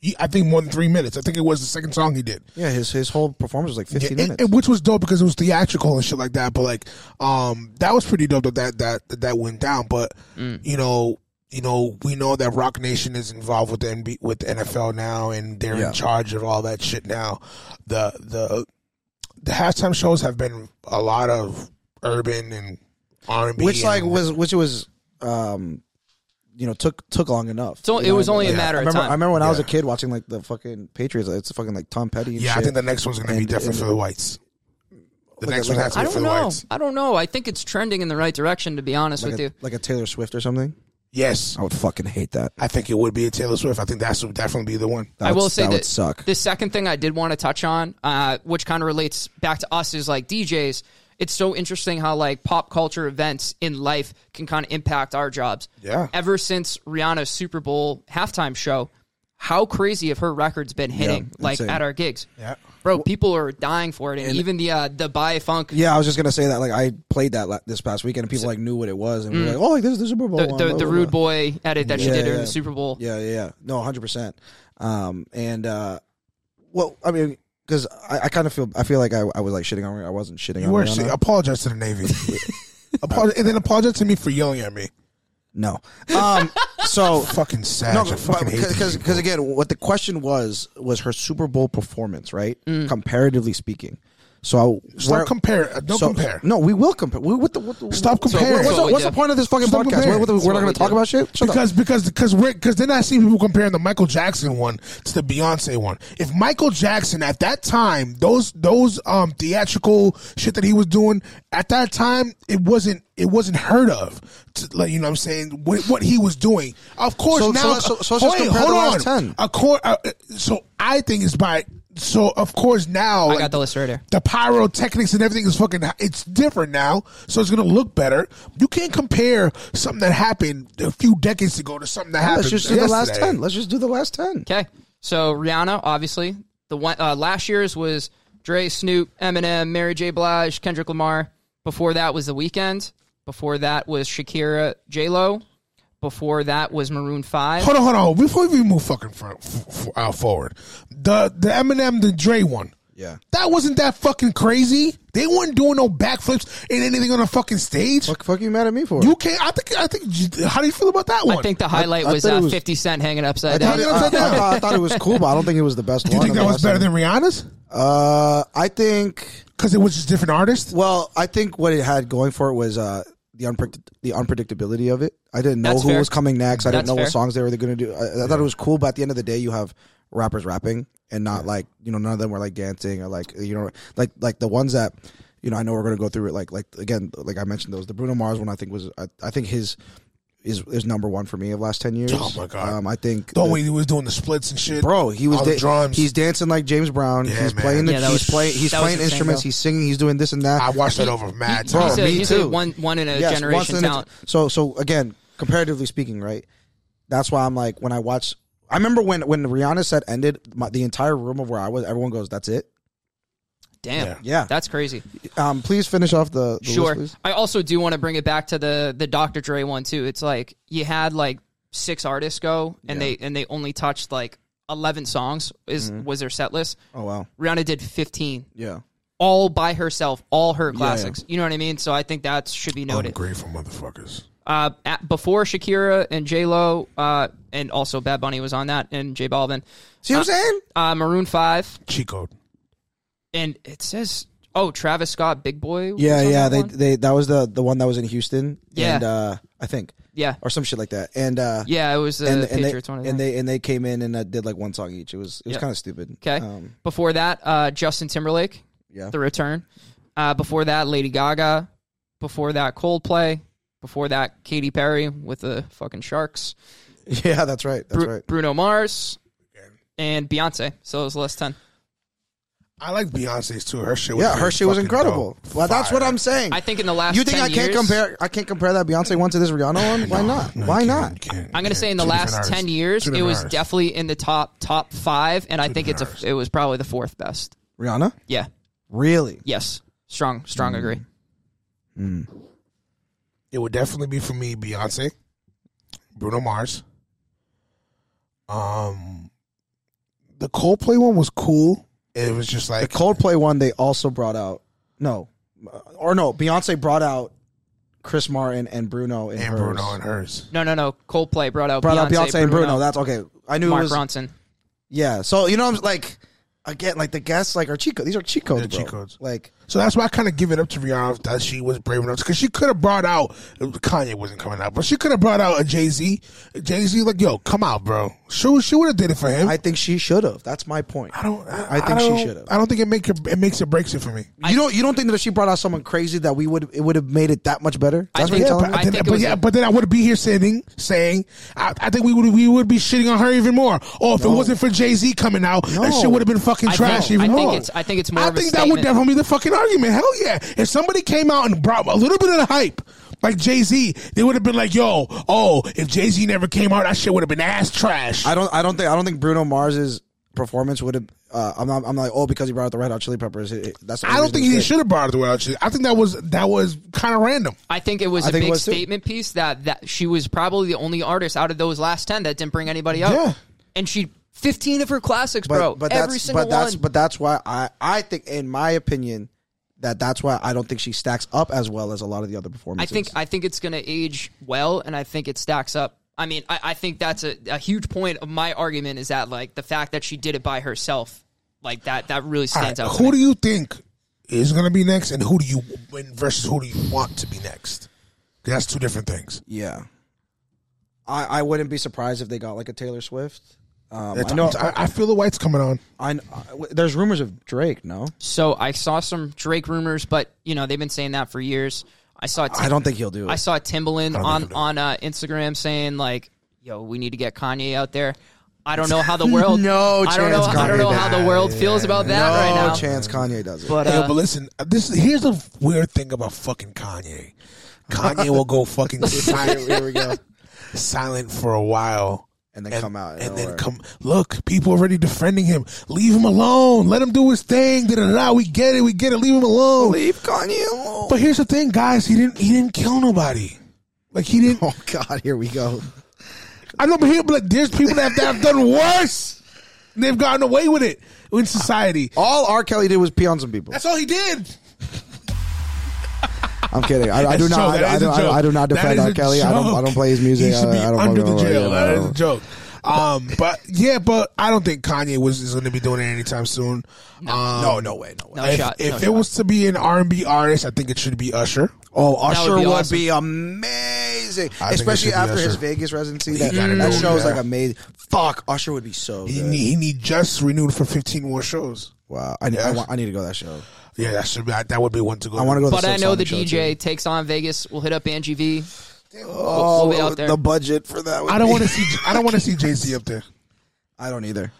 S1: he- I think more than three minutes. I think it was the second song he did.
S3: Yeah, his his whole performance was like 15
S1: Yeah, and-
S3: minutes.
S1: and which was dope because it was theatrical and shit like that. But like, um, that was pretty dope that that that that, that went down. But
S3: Mm.
S1: you know, you know, we know that Rock Nation is involved with the NB, with the NFL now, and they're
S3: Yeah.
S1: in charge of all that shit now. The the the halftime shows have been a lot of urban and R and B,
S3: which like was which was um you know took took long enough.
S2: So
S3: You
S2: it
S3: know
S2: was
S3: what I
S2: only a
S3: mean? Like,
S2: matter
S3: I
S2: of
S3: remember,
S2: time.
S3: I remember when I was a
S1: Yeah.
S3: kid watching like the fucking Patriots. It's fucking like Tom Petty. And
S1: yeah. I
S3: shit.
S1: think the next one's gonna be
S3: And-
S1: different
S3: and-
S1: for the whites. The
S3: Like a-
S1: next one
S3: like a-
S1: has to
S2: I
S1: be for
S2: don't
S1: the
S2: know.
S1: whites.
S2: I don't know. I think it's trending in the right direction, to be honest
S3: like
S2: with
S3: a,
S2: you.
S3: like a Taylor Swift or something.
S1: Yes,
S3: I would fucking hate that.
S1: I think it would be a Taylor Swift. I think that's would definitely be the one.
S3: That
S2: I
S3: would-
S2: will say
S3: that
S2: that
S3: would suck.
S2: The second thing I did want to touch on, uh, which kind of relates back to us, is like DJs. It's so interesting how like pop culture events in life can kind of impact our jobs.
S1: Yeah.
S2: Ever since Rihanna's Super Bowl halftime show, how crazy have her records been hitting like
S3: insane.
S2: at our gigs?
S1: Yeah.
S2: Bro, people are dying for it, and, even the uh, the Bi Funk
S3: Yeah, I was just gonna say that. Like I played that la- this past weekend, and people like knew what it was, and we were like, "Oh, like, this is the Super Bowl."
S2: Mm. the,
S3: one,
S2: the,
S3: blah,
S2: the
S3: blah,
S2: rude
S3: blah.
S2: boy edit that she
S3: Yeah,
S2: did during
S3: yeah.
S2: the Super Bowl.
S3: Yeah, yeah, yeah. No, hundred percent. Um, and uh, well, I mean, because I, I kind of feel, I feel like I, I was like shitting on. her. I wasn't shitting
S1: You
S3: on.
S1: were
S3: Rihanna.
S1: shit. Apologize to the Navy. Apologize, and then apologize to me for yelling at me.
S3: No. Um. So
S1: Fucking sad.
S3: no,
S1: I fucking hate these
S3: because
S1: people.
S3: because again, what the question was was her Super Bowl performance, right?
S2: Mm.
S3: Comparatively speaking. So I,
S1: Stop compare. Uh, Don't
S3: so-
S1: compare.
S3: No, we will compare. We, what the, what the,
S1: Stop
S3: what's the-
S1: comparing.
S3: What's, the-
S2: That's what
S3: what's the
S2: we do.
S3: point of this fucking
S1: Stop
S3: podcast?
S1: comparing.
S3: What- what- we're not
S2: what
S3: going
S2: we
S3: to talk
S2: do.
S3: about shit. Shut up.
S1: because because because we're because then I see people comparing the Michael Jackson one to the Beyonce one. If Michael Jackson at that time, those those um theatrical shit that he was doing at that time, it wasn't it wasn't heard of. To, like you know, what I'm saying what, what he was doing. Of course,
S3: So- so
S1: now
S3: let's- so- so let's just compare the last 10.
S1: Of course, uh, so I think it's by. So of course now
S2: I got the list right here.
S1: the pyrotechnics and everything is fucking it's different now so it's gonna look better you can't compare something that happened a few decades ago to something that happened
S3: Let's just do the last
S1: yesterday.
S3: ten. Let's just do the last ten.
S2: Okay, so Rihanna, obviously, the one uh, last year's was Dre, Snoop, Eminem, Mary J. Blige, Kendrick Lamar. Before that was The Weeknd. Before that was Shakira, J Lo. Before that was Maroon Five.
S1: hold on hold on before we move fucking for, for, uh, forward the the eminem the dre one
S3: Yeah.
S1: that wasn't that fucking crazy they weren't doing no backflips and anything on a fucking stage
S3: Fuck, fuck you mad at me for?
S1: you can't i think i think how do you feel about that one
S2: I think the highlight
S3: I
S2: was,
S3: thought it
S2: uh,
S3: was-
S2: Fifty Cent hanging upside
S3: I,
S2: down.
S1: it was
S3: I, I- I thought it was cool, but I don't think it was the best
S1: you
S3: one.
S1: think that was better than rihanna's
S3: Uh, I think.
S1: because it was just different artists
S3: Well, I think what it had going for it was uh, the unpredict- the unpredictability of it. I didn't know
S2: That's
S3: who
S2: fair.
S3: was coming next. I didn't
S2: That's
S3: know what
S2: fair.
S3: songs they were going to do. I, I thought it was cool, but at the end of the day, you have rappers rapping and not like you know none of them were like dancing or like you know like like the ones that you know I know we're going to go through it like like again like I mentioned those the Bruno Mars one I think was I, I think his. Is, is number one for me of last ten years.
S1: Oh, my God.
S3: Um, I think
S1: the
S3: the-
S1: way he was doing the splits and shit
S3: bro. He was
S1: All the
S3: da-
S1: drums
S3: He's dancing like James Brown.
S1: Yeah,
S3: he's
S1: man.
S3: playing. The,
S2: Yeah, that
S3: he's
S2: was-
S3: playing. He's
S2: that was
S3: playing
S2: insane,
S3: instruments.
S2: bro.
S3: He's singing. He's doing this and that.
S1: I watched that over mad
S2: He-
S1: times.
S2: he's a,
S3: me
S2: he's a
S3: too.
S2: one one in a
S3: Yes, once
S2: generation
S3: in a-
S2: talent.
S3: So so again, comparatively speaking, right? That's why I'm like when I watch. I remember when when Rihanna said ended my, the entire room of where I was. Everyone goes, "That's it."
S2: Damn,
S3: Yeah.
S2: that's crazy.
S3: Um, please finish off the, the
S2: Sure.
S3: List, please.
S2: I also do want to bring it back to the the Dr. Dre one too. It's like you had like six artists go and they and they only touched like eleven songs is was their set list.
S3: Mm-hmm. Oh wow.
S2: Rihanna did fifteen.
S3: Yeah.
S2: All by herself, all her classics. You know what I mean? So I think that should be
S3: Oh,
S2: noted.
S1: Ungrateful motherfuckers.
S2: Uh, at, before Shakira and J Lo, uh, and also Bad Bunny was on that, and J Balvin,
S3: See what I'm saying?
S2: uh, Maroon Five,
S1: Cheat code.
S2: and it says, oh, Travis Scott, Big Boy. was
S3: Yeah,
S2: on
S3: yeah.
S2: that
S3: They
S2: one?
S3: they that was the the one that was in Houston.
S2: Yeah.
S3: And, uh, I think
S2: yeah,
S3: or some shit like that. And uh,
S2: yeah. It was the
S3: And, and,
S2: Patriots one. of them.
S3: they, and they and they came in and uh, did like one song each. It was it was
S2: Yeah.
S3: kind of stupid.
S2: Okay.
S3: Um,
S2: before that, uh, Justin Timberlake,
S3: yeah.
S2: The Return. Uh, before that, Lady Gaga. Before that, Coldplay. Before that, Katy Perry with the fucking Sharks.
S3: Yeah, that's right. That's
S2: Bru-
S3: right.
S2: Bruno Mars and Beyonce. So it was the last ten.
S1: I like Beyonce's too. Her shit. Was
S3: Yeah, her
S1: pretty
S3: shit was
S1: fucking
S3: incredible.
S1: dope.
S3: Well, that's what
S1: Fire.
S3: I'm saying.
S2: I think in the last.
S3: you think
S2: 10
S3: I can't
S2: years-
S3: compare? I can't compare that Beyonce one to this Rihanna one. Why not?
S1: No,
S3: Why
S1: you
S3: not?
S1: can't, you can't,
S2: I'm gonna
S1: you
S2: say in the
S1: can't. Two
S2: last
S1: different
S2: ten
S1: artists.
S2: years,
S1: Two
S2: it
S1: different
S2: was
S1: artists.
S2: definitely in the top top five, and I think it's
S1: different
S2: a, it was probably the fourth best.
S3: Rihanna,
S2: Yeah.
S3: really?
S2: Yes. Strong. Strong.
S1: Mm.
S2: Agree.
S1: It would definitely be for me Beyonce, Bruno Mars, um, the Coldplay one was cool. It was just
S3: The
S1: like
S3: Coldplay one they also brought out. No, uh, or no, Beyonce brought out Chris Martin and Bruno in
S1: and
S3: hers.
S1: Bruno and hers.
S2: No, no, no. Coldplay brought out
S3: Brought
S2: Beyonce,
S3: out Beyonce and Bruno.
S2: Bruno
S3: That's okay. I knew it
S2: Mark
S3: was
S2: Ronson.
S3: yeah. So you know I'm like again like the guests like are cheat codes. These are cheat codes.
S1: They're cheat
S3: bro.
S1: codes.
S3: Like
S1: So that's why I kind of give it up to Rihanna that she was brave enough because she could have brought out Kanye wasn't coming out, but she could have brought out a Jay Z. Jay Z like yo, come out, bro. She she would have did it for him.
S3: I think she should have. That's my point.
S1: I don't. I,
S3: I think she
S1: don't-
S3: should've.
S1: I don't think it make it, it makes it breaks it for me.
S3: You don't. You don't think that if she brought out someone crazy that we would it would have made it that much better?
S2: I
S3: That's what
S2: think- yeah,
S3: you're telling me.
S2: I
S1: then,
S2: think it
S1: but
S2: was
S1: yeah,
S2: a-
S1: but then I would be here sitting saying, I, I think we would we would be shitting on her even more. Oh, if it wasn't for Jay Z coming out, that shit would have been fucking
S2: I
S1: trash
S2: think-
S1: even
S2: I think
S1: more.
S2: it's- I think it's more
S1: I
S2: of a
S1: think that would
S2: statement.
S1: definitely be the fucking argument. Hell yeah! If somebody came out and brought a little bit of the hype. Like Jay Z, they would have been like, "Yo, oh, if Jay Z never came out, that shit would have been ass trash."
S3: I don't. I don't think. I don't think Bruno Mars's performance would have. Uh, I'm not. I'm like, oh, because he brought out the Red Hot Chili Peppers. It, it- that's. the
S1: I
S3: only
S1: don't think
S3: reason
S1: he
S3: it's
S1: should have brought it the way out. I think that was that was kind of random.
S2: I think it was
S3: I
S2: a
S3: think it
S2: big
S3: was too.
S2: statement piece that, that she was probably the only artist out of those last 10 that didn't bring anybody up.
S1: Yeah.
S2: And she, 15 of her classics,
S3: good.
S2: bro.
S3: But, but
S2: every
S3: that's.
S2: single
S3: But that's.
S2: one.
S3: But that's why I. I think, in my opinion, that that's why I don't think she stacks up as well as a lot of the other
S2: I
S3: performances.
S2: think I think it's going to age well, and I think it stacks up. I mean, I, I think that's a, a huge point of my argument is that like the fact that she did it by herself, like that that really
S1: All
S2: stands
S1: right,
S2: out. to
S1: Who
S2: me.
S1: do you think is going to be next, and who do you and versus who do you want to be next? 'Cause That's two different things.
S3: Yeah. I. I wouldn't be surprised if they got like a Taylor Swift. Um,
S1: That's-
S3: I know.
S1: I, I feel the white's coming on.
S3: I, I- There's rumors of Drake. No.
S2: So I saw some Drake rumors, but you know they've been saying that for years. I saw Tim-
S3: I don't think he'll do it.
S2: I saw Timbaland
S1: think
S2: on
S1: he'll do it.
S2: on uh, Instagram saying like, "Yo, we need to get Kanye out there." I don't know how the world. no, I don't know.
S3: chance
S2: I don't
S3: Kanye
S2: know how the world feels about that
S3: no
S2: right now.
S3: chance Kanye does it.
S2: But,
S1: Yo,
S2: uh,
S1: but listen, this is here's the weird thing about fucking Kanye. Kanye will go fucking silent,
S3: Here we go.
S1: silent for a while.
S3: And then come out of
S1: and
S3: nowhere.
S1: then come. Look, people already defending him. Leave him alone. Let him do his thing. Da da da. We get it. We get it. Leave him alone.
S3: Leave Kanye alone.
S1: But here's the thing, guys. He didn't. He didn't kill nobody. Like he didn't.
S3: Oh God, here we go.
S1: I know, but here, but there's people that have, that have done worse. And They've gotten away with it in society.
S3: All R. Kelly did was pee on some people.
S1: That's all he did.
S3: I'm kidding. I, I
S1: That's
S3: do
S1: a
S3: not.
S1: joke. That
S3: I, I,
S1: is a
S3: do, I,
S1: joke.
S3: I do not
S1: That
S3: defend
S1: is
S3: R.
S1: a
S3: Kelly. I don't.
S1: joke.
S3: I don't play his music.
S1: He should be
S3: I, I don't
S1: under the
S3: fucking-
S1: jail.
S3: yeah,
S1: That is
S3: no.
S1: a joke. Um, but yeah, but I don't think Kanye was is going to be doing it anytime soon. No, um, no, no way, no way.
S2: No
S1: if
S2: shot,
S1: if
S2: no
S1: it
S2: shot.
S1: was to be an R and B artist, I think it should be Usher.
S3: Oh, Usher
S2: would
S3: would,
S2: be
S3: be,
S2: awesome.
S3: amazing,
S1: I think it
S3: especially
S1: should be
S3: after his
S1: Usher.
S3: Vegas residency. That,
S1: gotta
S3: that
S1: go,
S3: show is
S1: yeah.
S3: like amazing. Fuck, Usher would be so
S1: He
S3: good.
S1: need, he need just renewed for fifteen more shows.
S3: wow, I, need- I, want, I need to go to that show.
S1: Yeah, that should be that would be one to go.
S3: I want to go. To
S2: But
S3: the
S2: I know the
S3: Silk Sonic
S2: DJ takes on Vegas. We'll hit up Angie V.
S3: show, too. Oh,
S2: We'll be out there.
S3: the budget for that. Would
S1: I don't
S3: be-
S1: want to see. I don't want to see Jay Z up there.
S3: I don't either.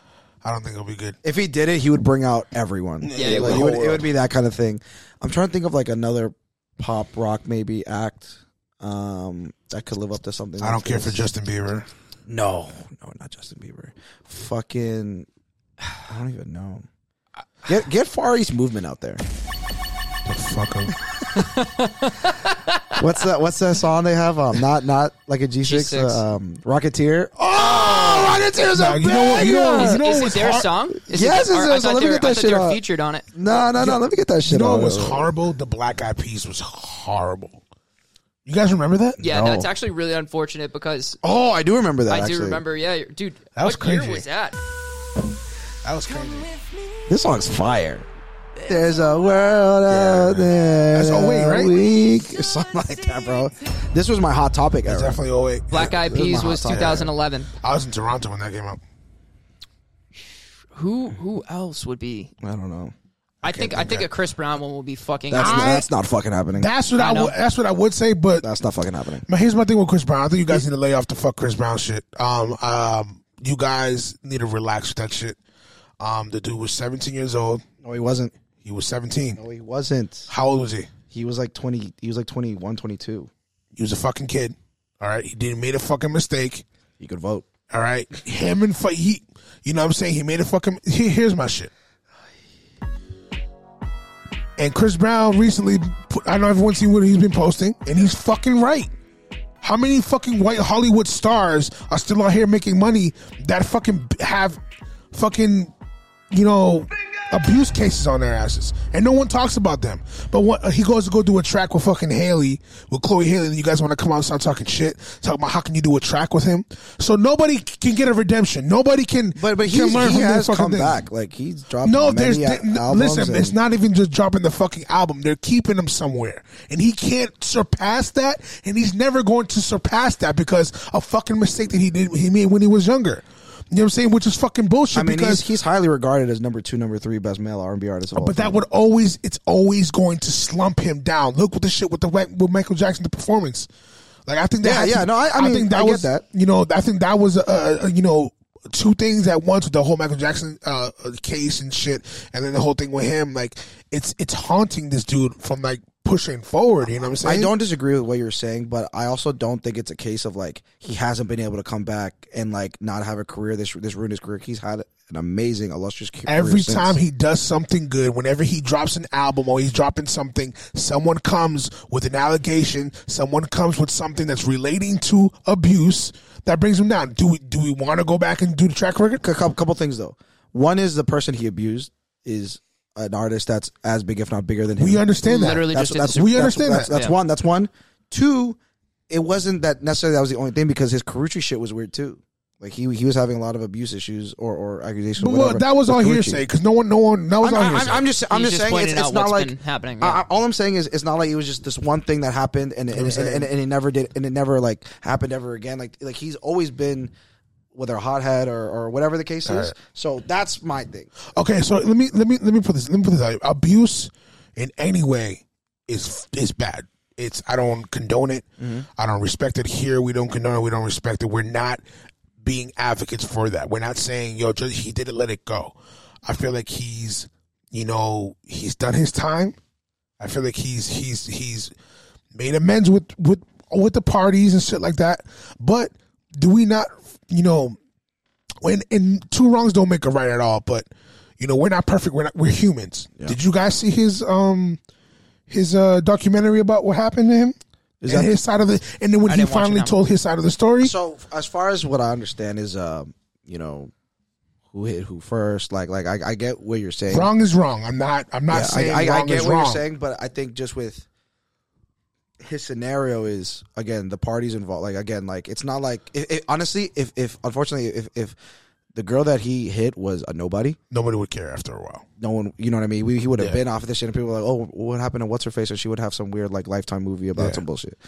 S1: I don't think it'll be good.
S3: If he did it, he would bring out everyone.
S2: Yeah, he would.
S3: Like, it, would, it would be that kind of thing. I'm trying to think of like another pop rock maybe act um, that could live up to something.
S1: I
S3: like
S1: don't care for
S3: this.
S1: Justin Bieber.
S3: no, no, not Justin Bieber. Fucking, I don't even know. Get get Far East movement out there.
S1: The fuck him.
S3: What's that? What's that song they have? Um, not not like a G6.
S2: G6.
S3: uh, um, Rocketeer. Oh, Rocketeer's
S1: Nah,
S3: a
S1: you know what- you know what-
S3: banger!
S1: you know what
S2: Is
S1: was
S2: it their
S1: hard-
S2: song? Is
S3: Yes,
S2: it,
S3: it's
S2: or- I
S3: theirs.
S2: thought
S3: Let me
S2: they
S3: get
S2: were- I
S3: that
S2: thought
S3: shit
S2: they were
S3: out.
S2: featured on it.
S3: No, no, no. Let me get that shit.
S1: You know
S3: out
S1: what was
S3: of-
S1: horrible? The Black Eyed Peas was horrible. You guys remember that?
S2: Yeah,
S3: No.
S2: that's actually really unfortunate because
S3: Oh, I do remember that.
S2: I
S3: actually.
S2: do remember. Yeah, dude,
S1: That was
S2: what year
S1: crazy.
S2: was that?
S1: That was crazy.
S3: This song's fire. There's a world out there.
S1: That's 08, right?
S3: oh, Weak, or something like that, bro. This was my hot topic era.
S1: Definitely 08.
S2: Black Eyed
S3: was my
S2: Peas
S3: hot
S2: was
S3: topic.
S2: 2011.
S1: I was in Toronto when that came out.
S2: Who who else would be?
S3: I don't know.
S2: I think I think a Chris Brown one will be fucking.
S3: That's,
S1: I-
S3: that's not fucking happening.
S1: That's what I,
S2: know.
S1: would. That's what I would say. But
S3: that's not fucking happening.
S1: but here's my thing with Chris Brown. I think you guys need to lay off the fuck Chris Brown shit. Um, um, you guys need to relax with that shit. Um, the dude was 17 years old.
S3: No, he wasn't.
S1: He was 17.
S3: No, he wasn't.
S1: How old was he?
S3: He was like 20. He was like 21, 22.
S1: He was a fucking kid. All right. He didn't made a fucking mistake.
S3: He could vote.
S1: All right, him and fu- he, you know what I'm saying? He made a fucking. He, here's my shit. And Chris Brown recently, put, I know everyone's seen what he's been posting, and he's fucking right. How many fucking white Hollywood stars are still out here making money that fucking have fucking, you know, abuse cases on their asses, and no one talks about them. But what he goes to go do a track with fucking Haley with Chloe Haley, and you guys want to come out and start talking shit, talking about how can you do a track with him? So nobody can get a redemption. Nobody can.
S3: But but he,
S1: can learn
S3: he
S1: from their
S3: has
S1: fucking
S3: come
S1: things.
S3: back. Like he's dropped.
S1: No,
S3: many
S1: there's
S3: a-
S1: n-
S3: albums
S1: listen.
S3: and-
S1: It's not even just dropping the fucking album. They're keeping him somewhere, and he can't surpass that. And he's never going to surpass that because a fucking mistake that he did he made when he was younger. You know what I'm saying? Which is fucking bullshit.
S3: I mean,
S1: because
S3: he's, he's highly regarded as number two, number three best male R and B artist. Of all
S1: but
S3: time.
S1: that would always it's always going to slump him down. Look what the shit with the with Michael Jackson the performance. Like I think that
S3: Yeah,
S1: had
S3: yeah,
S1: to-
S3: no, I- I mean, I get
S1: was
S3: that.
S1: You know, I think that was uh, uh, you know two things at once with the whole Michael Jackson uh, uh, case and shit, and then the whole thing with him. Like it's it's haunting this dude from like pushing forward. You know what I'm saying?
S3: I don't disagree with what you're saying, but I also don't think it's a case of like he hasn't been able to come back and like not have a career. This this ruined his career. He's had an amazing, illustrious career.
S1: Every
S3: since.
S1: time he does something good, whenever he drops an album or he's dropping something, someone comes with an allegation. Someone comes with something that's relating to abuse that brings him down. Do we do we want to go back and do the track record?
S3: a couple, couple things though. One is the person he abused is an artist that's as big, if not bigger, than him.
S1: We understand that.
S2: Literally
S3: that's,
S2: just
S3: that's,
S2: did
S1: we
S3: that's-
S1: understand
S3: that's,
S1: that.
S3: That's
S2: Yeah.
S3: one. That's one. Two, it wasn't that necessarily that was the only thing because his Carucci shit was weird too. Like he he was having a lot of abuse issues or or accusations.
S1: But
S3: or whatever
S1: well, that was
S3: with
S1: all
S3: Carucci.
S1: hearsay because no one, no one, that was
S3: I'm,
S1: all
S3: I'm,
S1: hearsay.
S3: I'm just I'm
S2: He's
S3: just
S2: just
S3: saying it's,
S2: pointing
S3: it's
S2: out
S3: not
S2: what's
S3: like
S2: been happening,
S3: I- I-
S2: yeah.
S3: all I'm saying is it's not like it was just this one thing that happened and and, and, and, and it never did and it never like happened ever again. Like like he's always been whether a hothead or or whatever the case is. So that's my thing.
S1: okay, so let me let me let me put this let me put this out. here. Abuse in any way is is bad. It's I don't condone it. I don't respect it. Here we don't condone it. We don't respect it. We're not being advocates for that. We're not saying yo just, he didn't let it go. I feel like he's you know he's done his time. I feel like he's he's he's made amends with with with the parties and shit like that. But do we not you know when and two wrongs don't make a right at all, but you know, we're not perfect. We're not we're humans. Did you guys see his um his uh documentary about what happened to him? Is and
S3: that-
S1: his side of the and then when he
S2: didn't watch it,
S1: finally
S2: no.
S1: told his side of the story?
S3: So as far as what I understand is um you know who hit who first like like I, I get what you're saying.
S1: wrong is wrong. I'm not I'm not
S3: Yeah,
S1: saying
S3: I, I,
S1: wrong
S3: I get
S1: is
S3: what
S1: wrong.
S3: you're saying, but I think just with his scenario is again the parties involved. Like again, like it's not like it, it, honestly, if if unfortunately if if the girl that he hit was a nobody,
S1: Nobody would care after a while.
S3: no one, you know what I mean. We, he would have
S1: Yeah.
S3: been off of this shit, and people were like, "Oh, what happened to what's her face?" And she would have some weird like lifetime movie about
S1: Yeah.
S3: some bullshit.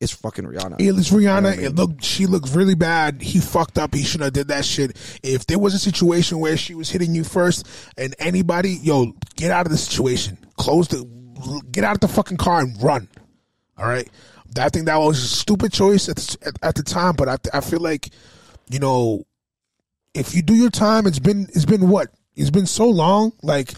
S3: It's fucking Rihanna.
S1: It was Rihanna. It looked. She looked really bad. He fucked up. He shouldn't have did that shit. If there was a situation where she was hitting you first, and anybody, yo, get out of the situation. Close the. Get out of the fucking car and run. All right. I think that was a stupid choice at the, at, at the time, but I I feel like, you know, if you do your time, it's been it's been what it's been so long. Like,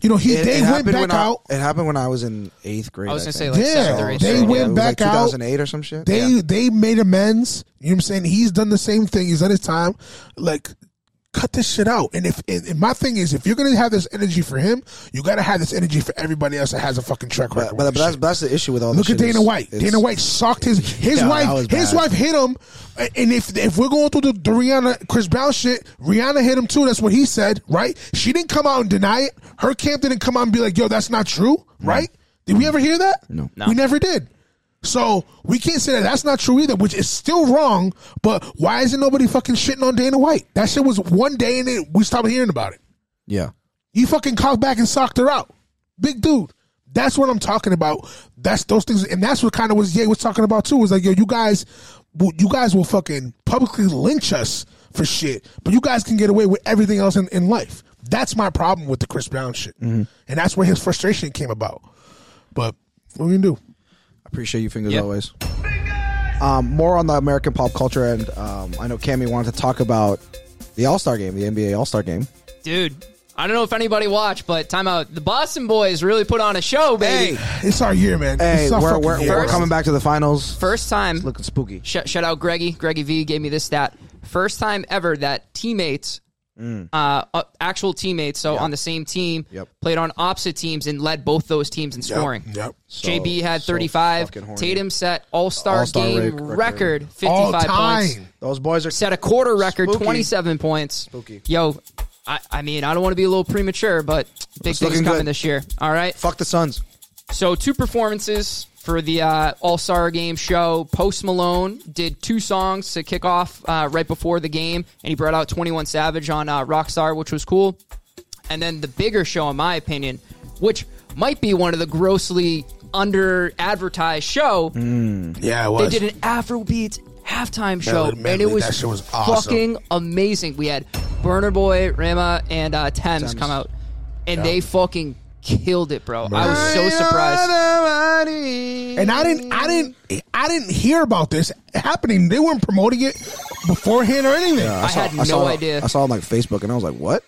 S1: you know, he they went
S3: happened
S1: back
S3: when I-
S1: out.
S3: it happened when I was in eighth grade.
S2: I was gonna
S3: think. Oh,
S2: say like
S1: Yeah,
S2: seventh or eighth.
S1: they
S2: grade,
S3: Yeah,
S1: went
S2: yeah.
S3: it was
S1: back
S3: like
S1: out.
S3: 2008 or some shit.
S1: They they made amends. You know what I'm saying? He's done the same thing. He's done his time. Like, cut this shit out. And if and, and my thing is, if you're gonna have this energy for him, you gotta have this energy for everybody else that has a fucking track record.
S3: but,
S1: with
S3: but, but
S1: this
S3: that's,
S1: shit.
S3: but that's the issue with all.
S1: Look
S3: this
S1: at
S3: shit
S1: Dana
S3: is-
S1: White.
S3: it's-
S1: Dana White socked his his
S3: Yeah, that was
S1: wife. His
S3: bad.
S1: wife hit him. And if if we're going through the, the Rihanna Chris Brown shit, Rihanna hit him too. That's what he said, right? She didn't come out and deny it. Her camp didn't come out and be like, "Yo, that's not true," right? Did we ever hear that?
S3: No.
S1: we never did. So we can't say that that's not true either, which is still wrong. But why isn't nobody fucking shitting on Dana White? That shit was one day and then we stopped hearing about it.
S3: Yeah.
S1: He fucking cocked back and socked her out. Big dude. That's what I'm talking about. That's those things, and that's what kind of was Ye was talking about too. Was like, yo, you guys, well, you guys will fucking publicly lynch us for shit, but you guys can get away with everything else in, in life. That's my problem with the Chris Brown shit, and that's where his frustration came about. But what we can do?
S3: Appreciate you, fingers
S2: Yeah.
S3: always. Um, more on the American pop culture, and um, I know Cammy wanted to talk about the All Star game, the NBA All Star game.
S2: dude. I don't know if anybody watched, but time out. The Boston boys really put on a show, baby.
S1: It's our year, man.
S3: Hey,
S1: it's our
S3: we're,
S1: fucking
S3: we're,
S1: year,
S3: we're
S1: bro.
S3: coming back to the finals.
S2: First time
S3: Looking spooky.
S2: Sh- shout out Greggy. Greggy V gave me this stat. First time ever that teammates uh, uh, actual teammates, so on the same team,
S3: Mm. Yep.
S2: played on opposite teams and led both those teams in scoring.
S1: Yep. yep.
S2: JB had
S3: so
S2: 35.
S3: fucking horny.
S2: Tatum set All Star
S3: All-Star
S2: game record,
S3: rec- record.
S2: 55
S1: All time.
S2: points.
S3: Those boys are
S2: Set a quarter record,
S3: Spooky.
S2: 27 points.
S3: Spooky.
S2: Yo, I, I mean, I don't want to be a little premature, but big
S3: It's
S2: things
S3: looking
S2: coming
S3: good.
S2: this year. All right.
S3: Fuck the Suns.
S2: So two performances for the uh, All Star Game show. Post Malone did two songs to kick off uh, right before the game, and he brought out Twenty One Savage on uh, Rockstar, which was cool. And then the bigger show, in my opinion, which might be one of the grossly under advertised show.
S1: Yeah, it
S2: They
S1: was.
S2: did an Afrobeats halftime show,
S1: Melanin
S2: and it
S1: Manly,
S2: was,
S1: that shit was awesome.
S2: fucking amazing. We had Burner Boy, Rama, and uh, Thames,
S3: Thames.
S2: come out, and they fucking killed it, bro. I was so surprised.
S1: and I didn't, I didn't, I didn't hear about this happening. They weren't promoting it beforehand or anything.
S2: I had no
S3: saw,
S2: idea.
S3: I saw it on like Facebook and I was like, what?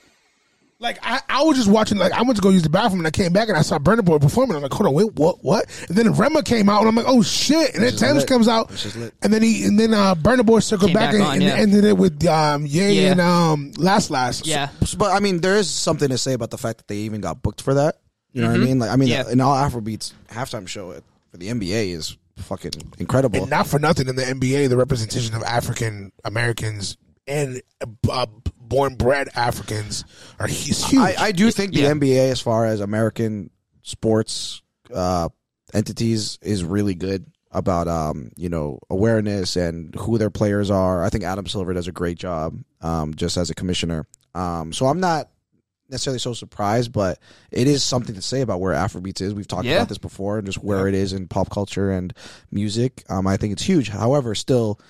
S1: Like I, I was just watching. Like I went to go use the bathroom and I came back and I saw Burner Boy performing. I'm like, hold on, wait, what, what? And then Rema came out and I'm like, oh shit! And then
S3: is
S1: Thames
S3: lit.
S1: comes out
S3: This is lit.
S1: and then he and then uh, Burner Boy circled
S2: Came
S1: back,
S2: back
S1: and,
S2: on,
S1: and
S2: yeah.
S1: ended it with um, Ye
S2: Yeah.
S1: and um, Last Last.
S2: yeah.
S3: But I mean, there is something to say about the fact that they even got booked for that. You know what I mean? Like, I mean,
S2: Yeah.
S3: an all Afrobeats halftime show at- for the NBA is fucking incredible.
S1: And not for nothing in the NBA, the representation of African Americans and uh, born bred Africans are he's huge.
S3: I, I do think the
S2: Yeah.
S3: NBA, as far as American sports uh, entities, is really good about um, you know awareness and who their players are. I think Adam Silver does a great job um, just as a commissioner. Um, so I'm not necessarily so surprised, but it is something to say about where Afrobeats is. We've talked
S2: Yeah.
S3: about this before and just where it is in pop culture and music. Um, I think it's huge. However, still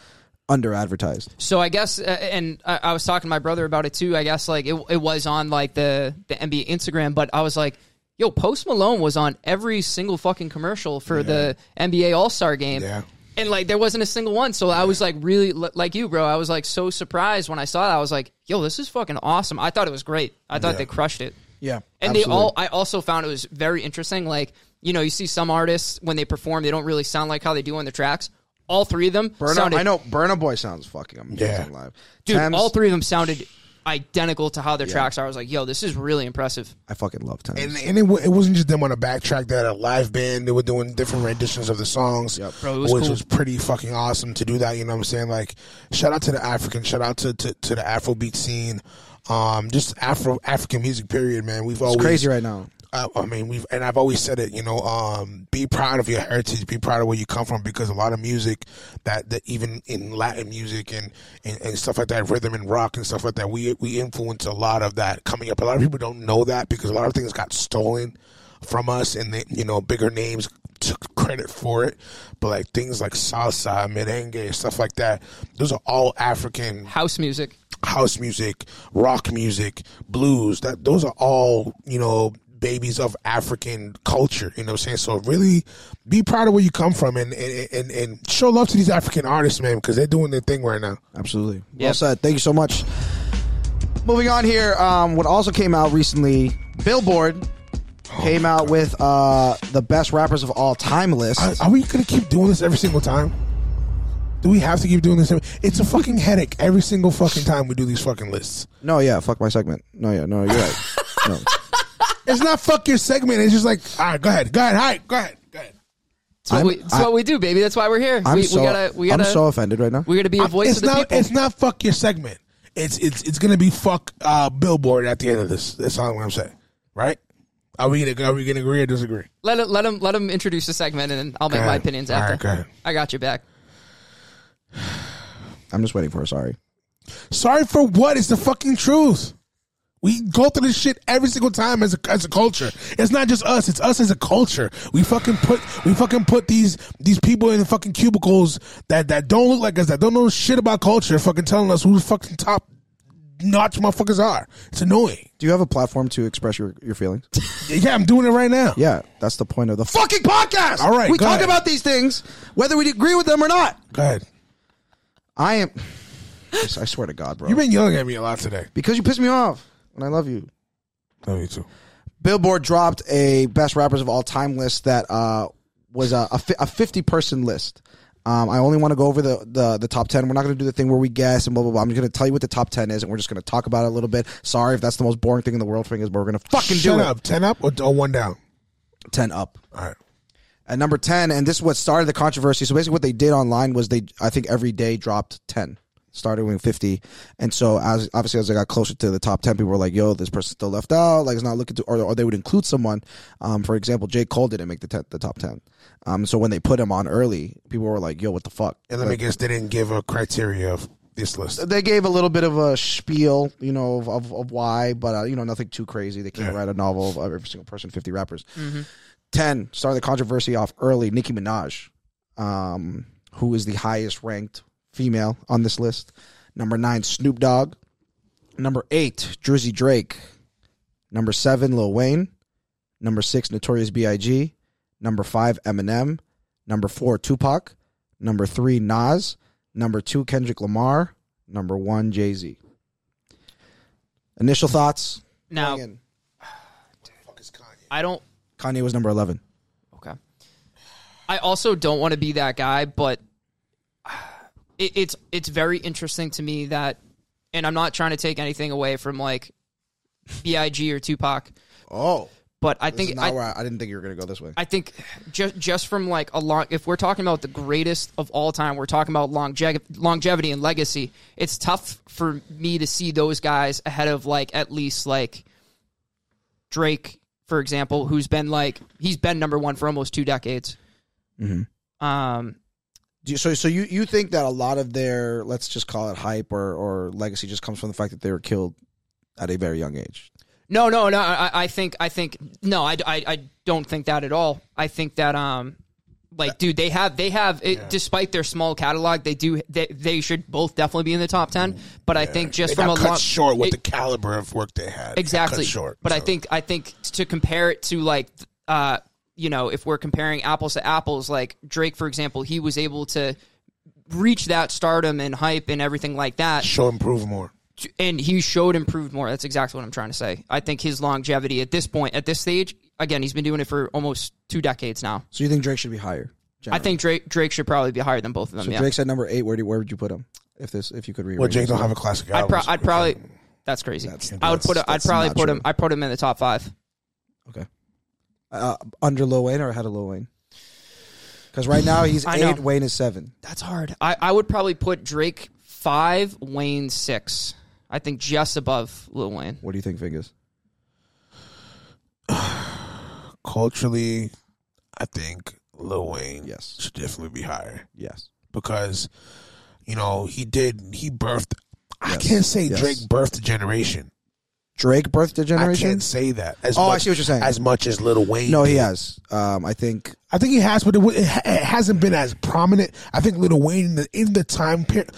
S3: under advertised.
S2: So I guess, uh, and I, I was talking to my brother about it too. I guess like it, it was on like the the NBA Instagram, but I was like, yo, Post Malone was on every single fucking commercial for the NBA All Star Game.
S1: Yeah.
S2: And like there wasn't a single one, so I was like really li- like you, bro. I was like so surprised when I saw that. I was like, "Yo, this is fucking awesome!" I thought it was great. I thought they crushed it.
S3: Yeah,
S2: And they all, I also found it was very interesting. Like, you know, you see some artists when they perform, they don't really sound like how they do on the tracks. All three of them
S3: Burn
S2: sounded,
S3: I know Burna Boy sounds fucking amazing
S1: Yeah.
S3: live.
S2: dude,
S3: Thames-
S2: all three of them sounded identical to how their tracks are. I was like, yo, this is really impressive.
S3: I fucking love Thames.
S1: and, and it, wa- it wasn't just them on a backtrack that a live band they were doing different renditions of the songs
S2: Bro, it was
S1: which
S2: cool.
S1: was pretty fucking awesome to do that you know what i'm saying like shout out to the african shout out to, to, to the afrobeat scene um just afro african music period man we've always
S3: it's crazy right now.
S1: I, I mean, we've and I've always said it. You know, um, be proud of your heritage. Be proud of where you come from, because a lot of music that, that even in Latin music and, and, and stuff like that, rhythm and rock and stuff like that, we we influence a lot of that coming up. A lot of people don't know that because a lot of things got stolen from us, and they, you know, bigger names took credit for it. But like things like salsa, merengue, stuff like that, those are all African
S2: House music.
S1: house music, rock music, blues, that those are all, you know, babies of African culture. You know what I'm saying? So really be proud of where you come from and and, and, and show love to these African artists, man, because they're doing their thing right now.
S3: Absolutely. Well
S2: Yep.
S3: said. Thank you so much. Moving on here, um, what also came out recently, Billboard came out with uh, the best rappers of all time list.
S1: Are, are we gonna keep doing this every single time? Do we have to keep doing this? every- It's a fucking headache every single fucking time we do these fucking lists.
S3: no, yeah, fuck my segment. No, yeah, no, you're right. no.
S1: It's not fuck your segment. It's just like, all right, go ahead, go ahead, all right, go ahead, go ahead.
S2: It's what,
S3: I'm-
S2: we, it's
S3: I-
S2: what we do, baby. That's why we're here.
S3: I'm
S2: we,
S3: so
S2: we gotta, we gotta,
S3: I'm so offended right now.
S2: we're gonna be a voice
S1: it's
S2: of the
S1: not,
S2: people.
S1: It's not fuck your segment. It's it's it's gonna be fuck uh, billboard at the end of this. That's all I'm saying. Right? Are we gonna are we gonna agree or disagree?
S2: Let him, let him, let him introduce the segment, and I'll make
S1: Go
S2: my
S1: ahead.
S2: opinions
S1: All
S2: after.
S1: right, go ahead.
S2: I got your back.
S3: I'm just waiting for her. Sorry.
S1: Sorry for what? It's the fucking truth. We go through this shit every single time as a, as a culture. It's not just us. It's us as a culture. We fucking put we fucking put these these people in the fucking cubicles that that don't look like us that don't know shit about culture. Fucking telling us who the fucking top notch motherfuckers are. It's annoying.
S3: Do you have a platform to express your, your feelings?
S1: Yeah, I'm doing it right now.
S3: yeah, that's the point of the fucking podcast.
S1: All right,
S3: we
S1: go
S3: talk
S1: ahead.
S3: about these things, whether we agree with them or not.
S1: Go ahead.
S3: I am. I swear to God, bro.
S1: You've been yelling at me a lot today.
S3: because you pissed me off, and I love you.
S1: Love you too.
S3: Billboard dropped a best rappers of all time list that uh, was a, a, fi- a 50 person list. Um, I only want to go over the, the the top ten. We're not going to do the thing where we guess and blah blah blah. I'm just going to tell you what the top ten is, and we're just going to talk about it a little bit. Sorry if that's the most boring thing in the world for me, is, but we're going to fucking
S1: Shut
S3: do
S1: up. Ten up or, or one down?
S3: it. Ten up.
S1: All right.
S3: At number 10, and this is what started the controversy. So basically, what they did online was they, I think, every day dropped 10, started with 50. And so, as obviously, as I got closer to the top 10, people were like, yo, this person's still left out. Like, it's not looking to, or, or they would include someone. Um, for example, J. Cole didn't make the, 10, the top 10. Um, so when they put him on early, people were like, yo, what the fuck?
S1: And let me guess, they didn't give a criteria of this list.
S3: They gave a little bit of a spiel, you know, of, of, of why, but, uh, you know, nothing too crazy. They can't write a novel of every single person, 50 rappers. 10 started the controversy off early nicki minaj um, who is the highest ranked female on this list number 9 snoop dogg number 8 drizzy drake number 7 lil wayne number 6 notorious big number 5 eminem number 4 tupac number 3 nas number 2 kendrick lamar number 1 jay-z initial thoughts
S2: Now
S3: Again,
S2: I don't.
S3: kanye was number 11
S2: Okay. I also don't want to be that guy, but it, it's it's very interesting to me that, and I'm not trying to take anything away from like Big or Tupac,
S3: oh
S2: but I
S3: This is
S2: think
S3: not
S2: I,
S3: where I, I didn't think you were gonna go this way.
S2: I think just just from like a long, if we're talking about the greatest of all time, we're talking about longev- longevity and legacy. It's tough for me to see those guys ahead of like at least like Drake, for example, who's been like he's been number one for almost two decades. Um,
S3: Do you- so, so you you think that a lot of their let's just call it hype or or legacy just comes from the fact that they were killed at a very young age.
S2: No, no, no. I, I think, I think, no, I, I, I don't think that at all. I think that, um, like, dude, they have, they have, it, despite their small catalog, they do, they, they should both definitely be in the top 10. But I think just
S1: They
S2: from
S1: got
S2: a
S1: cut
S2: long,
S1: short with
S2: it-
S1: the caliber of work they had. They got
S2: exactly.
S1: Cut short.
S2: but I
S1: so.
S2: think, I think to compare it to like, uh, you know, if we're comparing apples to apples, like Drake, for example, he was able to reach that stardom and hype and everything like that
S1: show improve more.
S2: and he showed improved more. That's exactly what I'm trying to say. I think his longevity at this point, at this stage, again, he's been doing it for almost two decades now.
S3: So you think Drake should be higher?
S2: I think Drake Drake should probably be higher than both of them.
S3: so
S2: yeah,
S3: Drake's at number eight. Where do, where would you put him if this if you could rearrange?
S1: Well, Jake
S3: it?
S1: don't have a classic
S2: I'd,
S1: album.
S2: pro- I'd probably. That's crazy. I would put.
S3: that's-
S2: him- I'd
S3: that's
S2: probably
S3: not
S2: put
S3: true.
S2: him. I put him in the top five.
S3: uh, under Lil Wayne or ahead of Lil Wayne? Because right now he's
S2: I know.
S3: eight. Wayne is seven.
S2: That's hard. I, I would probably put Drake five, Wayne six. I think just above Lil Wayne.
S3: What do you think, Fingers?
S1: culturally, I think Lil Wayne
S3: Yes.
S1: should definitely be higher
S3: Yes.
S1: because you know he did he birthed. I can't say
S3: Yes.
S1: Drake birthed a generation.
S3: Drake birthed a
S1: I
S3: generation.
S1: can't say that. As
S3: Oh, I
S1: much,
S3: see what you're saying.
S1: As much as Lil Wayne,
S3: No,
S1: did.
S3: he has. Um, I think
S1: I think he has, but it, wa- it ha- it hasn't been as prominent. I think Lil Wayne in the, in the time period.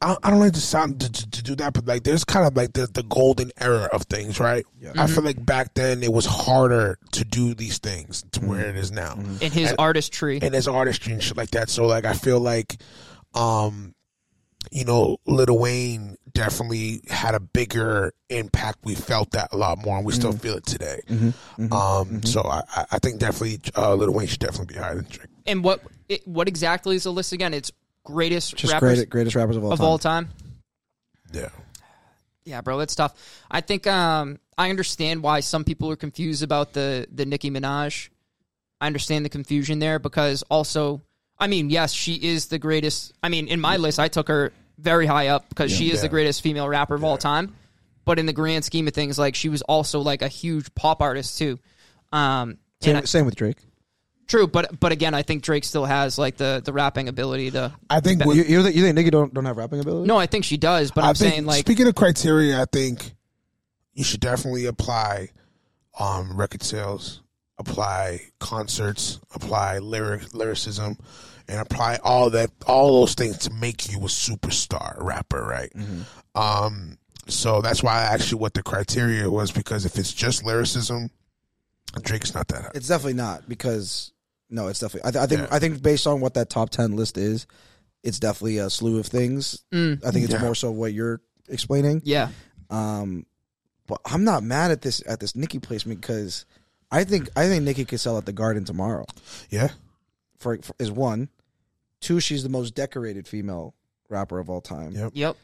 S1: I, I don't like to sound to, to, to do that, but like there's kind of like the, the golden era of things, right? I feel like back then it was harder to do these things to where it is now,
S2: In his artistry,
S1: and there's artistry and shit like that. So like I feel like, um, you know, Lil Wayne definitely had a bigger impact. We felt that a lot more, and we still feel it today. Um, so I, I- I think definitely uh, Lil Wayne should definitely be higher than Drake.
S2: and what it, what exactly is the list again? It's greatest
S3: just
S2: rappers
S3: great, greatest rappers of all
S2: of
S3: time.
S2: all time.
S1: Yeah.
S2: Yeah, bro, that's tough. I think um, I understand why some people are confused about the the Nicki Minaj. I understand the confusion there because also, I mean, yes, she is the greatest. I mean, in my list, I took her very high up because she is the greatest female rapper of all time. But in the grand scheme of things, like she was also like a huge pop artist too. Um, and I-
S3: Same, same with Drake.
S2: true, but but again, I think Drake still has like the the rapping ability to.
S1: I think
S3: You,
S1: with,
S3: you, think, you think Nicki don't don't have rapping ability?
S2: No, I think she does, but
S1: I
S2: I'm
S1: think
S2: saying like
S1: speaking of criteria, I think you should definitely apply um, record sales, apply concerts, apply lyric lyricism, and apply all that all those things to make you a superstar rapper, right?
S2: Mm-hmm.
S1: Um, so that's why I asked you what the criteria was because if it's just lyricism, Drake's not that. High.
S3: It's definitely not because no, it's definitely. I, th- I think
S1: Yeah.
S3: I think based on what that top ten list is, it's definitely a slew of things.
S2: Mm.
S3: I think it's
S1: Yeah.
S3: more so what you're explaining.
S2: yeah,
S3: Um, but I'm not mad at this at this Nikki placement because I think I think Nikki could sell at the Garden tomorrow.
S1: Yeah,
S3: For, for is one, Two, she's the most decorated female rapper of all time.
S1: Yep.
S2: Yep.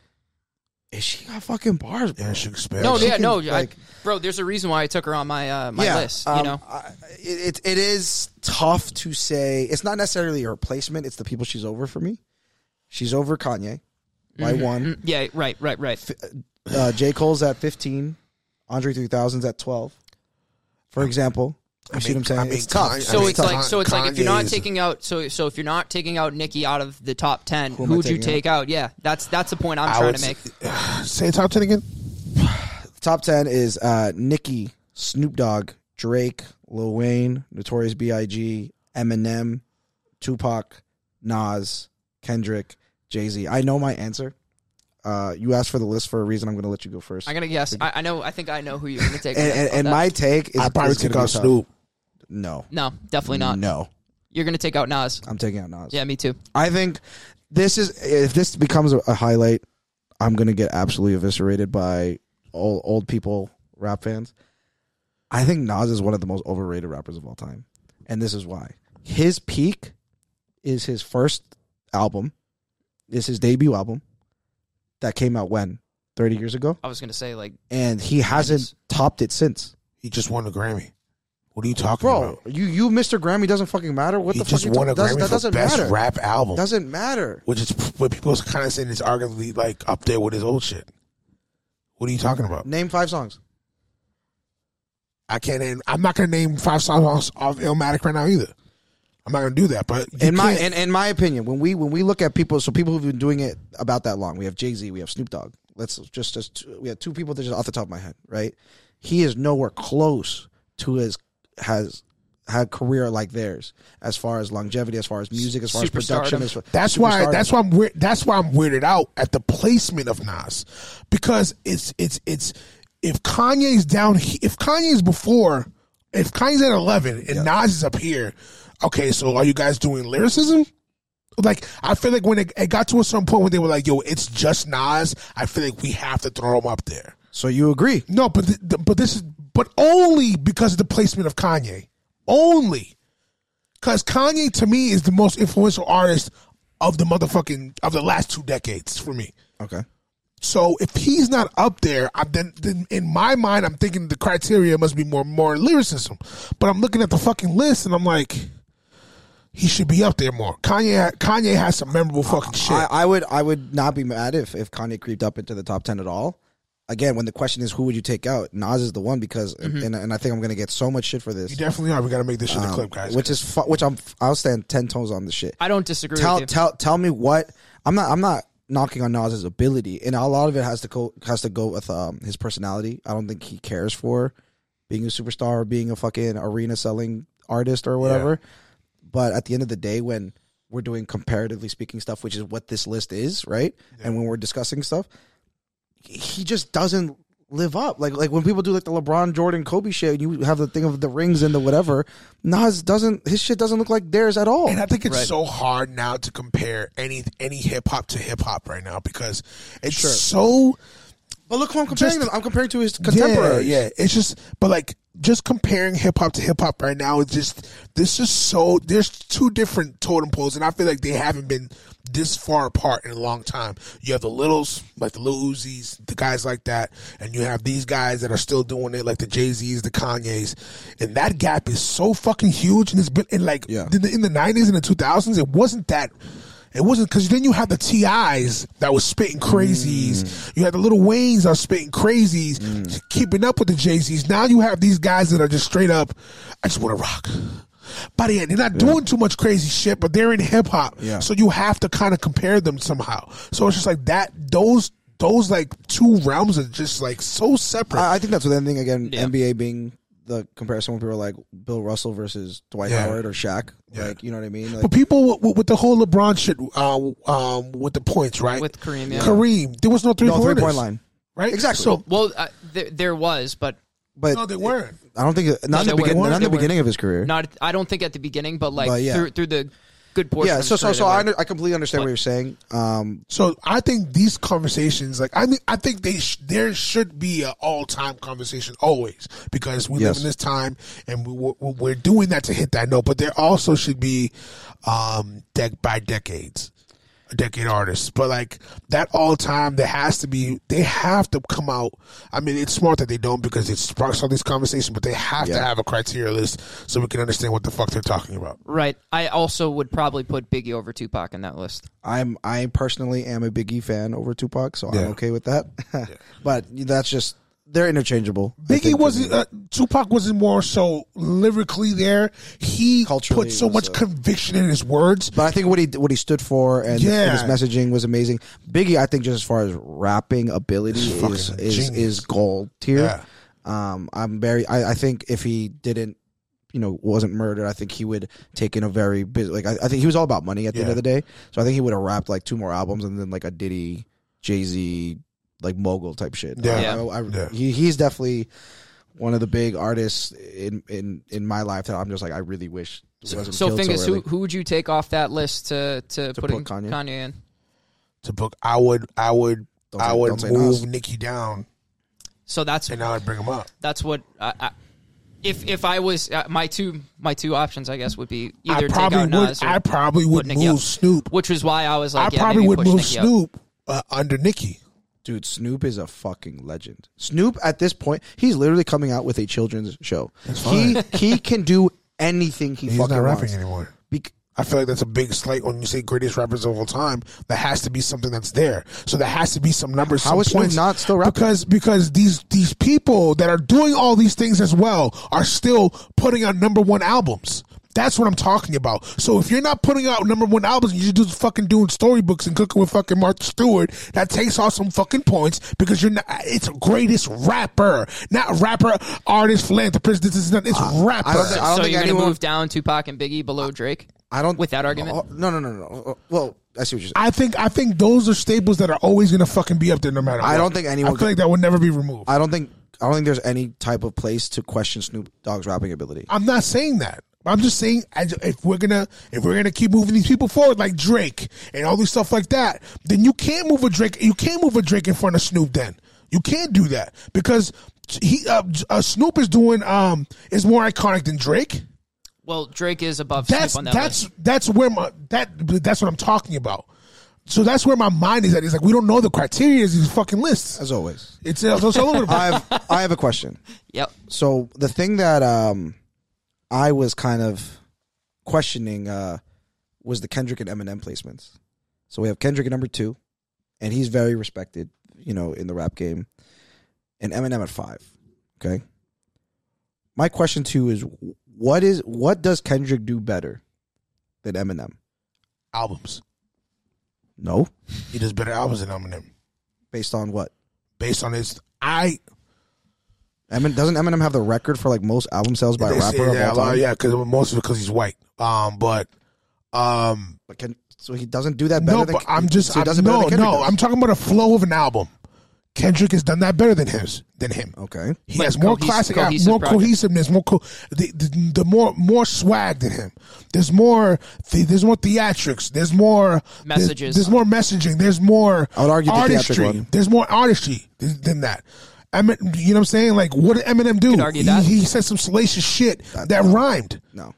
S3: And she got fucking bars, bro.
S1: Yeah, she expects.
S2: No, yeah,
S3: can,
S2: no,
S3: like-
S2: I, bro. There's a reason why I took her on my uh, my list. You
S3: um,
S2: know,
S3: I, it, it it is tough to say. It's not necessarily her placement. It's the people she's over for me. She's over Kanye by
S2: Mm-hmm.
S3: one.
S2: yeah, right, right, right.
S3: Uh, J Cole's at fifteen. Andre 3000's at twelve. For example, you see what I'm saying? it's tough.
S1: Kanye-
S2: So
S1: I mean,
S2: it's like, so it's like, if you're not
S1: Kanye's-
S2: taking out, so so if you're not taking out Nicki out of the top ten,
S3: am
S2: who
S3: I
S2: would you
S3: taking
S2: take out? Yeah, that's that's the point I'm
S1: I
S2: trying
S1: would
S2: to make.
S1: s- Say top ten again.
S3: Top ten is uh, Nicki, Snoop Dogg, Drake, Lil Wayne, Notorious B.I.G., Eminem, Tupac, Nas, Kendrick, Jay Z. I know my answer. Uh, you asked for the list for a reason. I'm going to let you go first.
S2: I'm gonna guess. I, I know. I think I know who you're gonna take.
S3: and
S2: Yeah,
S3: and, and
S2: that-
S3: my take is
S1: I probably
S3: is gonna
S1: take
S3: be
S1: out
S3: tough.
S1: Snoop.
S3: No,
S2: no, definitely not.
S3: No,
S2: You're gonna take out Nas.
S3: I'm taking out Nas.
S2: Yeah, me too.
S3: I think this is if this becomes a, a highlight, I'm gonna get absolutely eviscerated by old old people rap fans. I think Nas is one of the most overrated rappers of all time, and this is why. His peak is his first album, is his debut album that came out when thirty years ago,
S2: I was gonna say like,
S3: and he hasn't topped it since.
S1: He just won a Grammy. What are you talking
S3: Bro,
S1: about?
S3: you you Mr. Grammy doesn't fucking matter. What
S1: he
S3: the fuck?
S1: just
S3: you
S1: won a
S3: talking-
S1: Grammy
S3: doesn't- that
S1: for
S3: doesn't
S1: best
S3: matter.
S1: rap album,
S3: Doesn't matter.
S1: which is what people kind of saying is arguably like up there with his old shit. What are you talking about?
S3: Name five songs.
S1: I can't. Name, I'm not gonna name five songs off Illmatic right now either. I'm not gonna do that. But you
S3: in my
S1: can't-
S3: in, in my opinion, when we when we look at people, so people who've been doing it about that long, we have Jay Z, we have Snoop Dogg. Let's just just we have two people that just off the top of my head, right? He is nowhere close to his has had career like theirs as far as longevity, as far as music, as far as production.
S2: Superstardom.
S3: As far,
S1: That's why.
S3: superstardom.
S1: That's why I'm. Weird, that's why I'm weirded out at the placement of Nas, because it's it's it's if Kanye's down, he- if Kanye's before, if Kanye's at eleven and Nas is up here, okay. So are you guys doing lyricism? Like I feel like when it, it got to a certain point when they were like, "Yo, it's just Nas," I feel like we have to throw him up there.
S3: so you agree?
S1: No, but th- th- but this is but only because of the placement of Kanye. Only because Kanye to me is the most influential artist of the motherfucking of the last two decades for me.
S3: Okay.
S1: So if he's not up there, I, then, then in my mind I'm thinking the criteria must be more more lyricism. But I'm looking at the fucking list and I'm like, he should be up there more. Kanye Kanye has some memorable fucking shit.
S3: I, I would I would not be mad if if Kanye creeped up into the top ten at all. Again, when the question is who would you take out, Nas is the one because and, and I think I'm gonna get so much shit for this.
S1: you definitely are. We gotta make this
S3: Um,
S1: shit a clip, guys.
S3: which is fu- which I'm I'll stand ten toes on the shit.
S2: I don't disagree.
S3: tell
S2: with you.
S3: tell tell me what I'm not I'm not knocking on Nas's ability, and a lot of it has to go has to go with um his personality. I don't think he cares for being a superstar or being a fucking arena selling artist or whatever. But at the end of the day, when we're doing comparatively speaking stuff, which is what this list is, right? And when we're discussing stuff, he just doesn't live up. Like like when people do like the LeBron, Jordan, Kobe shit, you have the thing of the rings and the whatever. Nas doesn't. His shit doesn't look like theirs at all.
S1: And I think it's so hard now to compare any any hip hop to hip hop right now because it's so
S3: But look who I'm comparing
S1: Just-
S3: them. I'm comparing to his
S1: yeah,
S3: contemporaries.
S1: yeah. It's just but like just comparing hip hop to hip hop right now is just this is so there's two different totem poles and I feel like they haven't been this far apart in a long time. You have the littles like the Lil Uzis, the guys like that, and you have these guys that are still doing it like the Jay Z's, the Kanyes, and that gap is so fucking huge. And it's been and like
S3: Yeah.
S1: in the in the nineties and the two thousands, it wasn't that. It wasn't because then you had the Ti's that was spitting crazies. You had the little Waynes that were spitting crazies, keeping up with the Jay Z's. Now you have these guys that are just straight up. I just want to rock. But yeah, they're not doing too much crazy shit, but they're in hip hop.
S3: Yeah.
S1: So you have to kind of compare them somehow. So it's just like that. Those those like two realms are just like so separate.
S3: I, I think that's the thing again.
S2: Yeah.
S3: NBA being the comparison when people are like Bill Russell versus Dwight
S1: Yeah.
S3: Howard or Shaq.
S1: Yeah.
S3: Like you know what I mean? Like,
S1: But people with, with the whole LeBron shit, uh, um, with the points, right?
S2: With Kareem, yeah.
S1: Kareem, there was no three
S3: no three
S1: pointers,
S3: point line.
S1: right?
S3: Exactly.
S1: So
S2: well, uh, there, there was, but
S3: But
S1: no, they weren't.
S3: I don't think not in
S2: they
S3: the beginning.
S2: weren't.
S3: Not in
S2: They
S3: the
S2: weren't.
S3: beginning of his career.
S2: not. I don't think at the beginning, but like
S3: But yeah.
S2: through through the good portion.
S3: yeah.
S2: of
S3: So
S2: the
S3: so so
S2: story
S3: I,
S2: that
S3: under, I completely understand what you're saying. Um,
S1: So I think these conversations, like I mean, I think they sh- there should be an all time conversation always because we
S3: Yes.
S1: live in this time and we, we're, we're doing that to hit that note. But there also should be um deck by decades, decade artists. But like that all time, there has to be. They have to come out. I mean, it's smart that they don't because it sparks all these conversations. But they have to
S3: Yeah.
S1: have a criteria list so we can understand what the fuck they're talking about.
S2: Right. I also would probably put Biggie over Tupac in that list.
S3: I'm I personally am a Biggie fan over Tupac, so
S1: Yeah.
S3: I'm okay with that. but that's just they're interchangeable. I think,
S1: Biggie
S3: for
S1: wasn't.
S3: me.
S1: Uh, Tupac wasn't more so lyrically there. He
S3: Culturally,
S1: put so
S3: it was,
S1: much
S3: uh,
S1: conviction in his words.
S3: But I think what he what he stood for and
S1: Yeah.
S3: his messaging was amazing. Biggie, I think, just as far as rapping ability
S1: He's fucking
S3: is is,
S1: genius.
S3: is gold tier.
S1: Yeah.
S3: Um, I'm very. I, I think if he didn't, you know, wasn't murdered, I think he would take in a very busy. Like I, I think he was all about money at the end
S1: Yeah.
S3: of the day. So I think he would have rapped like two more albums and then like a Diddy, Jay Z, like mogul type shit.
S1: Yeah.
S2: Yeah.
S3: I- I-
S1: Yeah.
S3: He, he's definitely one of the big artists in in in my life that I'm just like I really wish. wasn't
S2: So,
S3: killed
S2: fingers,
S3: early.
S2: who who would you take off that list to to, put,
S3: put
S2: in Kanye,
S3: Kanye?
S2: in?
S1: To book, I would, I would,
S3: Don't
S1: I
S3: say-
S1: would
S3: don't say
S1: move
S3: Nas.
S1: Nicki down,
S2: So that's
S1: and uh, I would bring him up.
S2: that's what. I, I, if if I was uh, my two my two options, I guess would be either
S1: I
S2: take out
S1: probably
S2: Nas,
S1: would.
S2: or,
S1: I probably would
S2: Nicki up.
S1: move Snoop.
S2: which was why I was like,
S1: I
S2: yeah,
S1: probably
S2: maybe
S1: would
S2: push
S1: move
S2: Nicki up.
S1: Snoop uh, under Nicki.
S3: Dude, Snoop is a fucking legend. Snoop at this point, he's literally coming out with a children's show. He he can do anything he
S1: He's
S3: fucking
S1: not rapping
S3: wants.
S1: anymore.
S3: Bec-
S1: I feel like that's a big slight when you say greatest rappers of all time. There has to be something that's there. So there has to be some numbers.
S3: How
S1: some
S3: is Snoop
S1: points.
S3: not still rapping?
S1: Because because these these people that are doing all these things as well are still putting out number one albums. That's what I'm talking about. So if you're not putting out number one albums, you're just fucking doing storybooks and cooking with fucking Martha Stewart. That takes off some fucking points because you're not. It's greatest rapper, not rapper, artist, philanthropist. This is not. It's rapper.
S3: I don't, thi- I don't
S2: so
S3: think
S2: you're
S3: anyone.
S2: gonna move down Tupac and Biggie below Drake.
S3: I don't
S2: with that argument?
S3: Oh, no, no, no, no, no. Oh, Well, I see what you're saying.
S1: I think I think those are staples that are always gonna fucking be up there no matter.
S3: I
S1: what.
S3: don't think anyone
S1: I feel like that would never be removed. I,
S3: I don't think I don't think there's any type of place to question Snoop Dogg's rapping ability.
S1: am not saying that. I'm just saying as- if we're gonna if we're gonna keep moving these people forward like Drake and all these stuff like that, then you can't move a Drake. You can't move a Drake in front of Snoop. Then you can't do that because he uh, uh, Snoop is doing um is more iconic than Drake.
S2: Well, Drake is above
S1: that's
S2: Snoop on that
S1: that's
S2: list.
S1: that's where my that that's what I'm talking about. So that's where my mind is at. It's like we don't know the criteria of these fucking lists.
S3: As always,
S1: It's, it's all over the place.
S3: I have I have a question.
S2: Yep.
S3: So the thing that um, I was kind of questioning uh, was the Kendrick and Eminem placements. So we have Kendrick at number two, and he's very respected, you know, in the rap game, and Eminem at five. Okay. My question to you is what is what does Kendrick do better than Eminem?
S1: albums.
S3: No,
S1: He does better albums than Eminem
S3: based on what?
S1: based on his. I
S3: Eminem doesn't Eminem have the record for like most album sales by a
S1: they
S3: rapper
S1: say, yeah,
S3: of
S1: a
S3: all
S1: lot-
S3: time?
S1: yeah, because most of it because he's white. Um, but um,
S3: But can, so he doesn't do that better.
S1: no,
S3: than,
S1: but I'm just
S3: so he
S1: I'm-
S3: does it better
S1: no,
S3: than Kendrick
S1: no.
S3: does.
S1: I'm talking about a flow of an album. Kendrick has done that better than his than him.
S3: okay.
S1: He
S2: Like
S1: has more
S2: cohes-
S1: classic,
S2: cohesive
S1: more
S2: project.
S1: cohesiveness, more co- the, the, the more more swag than him. There's more, the, there's more theatrics. There's more there's-
S2: Messages.
S1: There's, more messaging. There's more.
S3: I would argue the theatric
S1: artistry.
S3: one.
S1: There's more artistry th- than that. I mean, you know what I'm saying? Like, what did Eminem do?
S2: could argue
S1: he,
S2: that.
S1: he said some salacious shit that rhymed.
S3: No.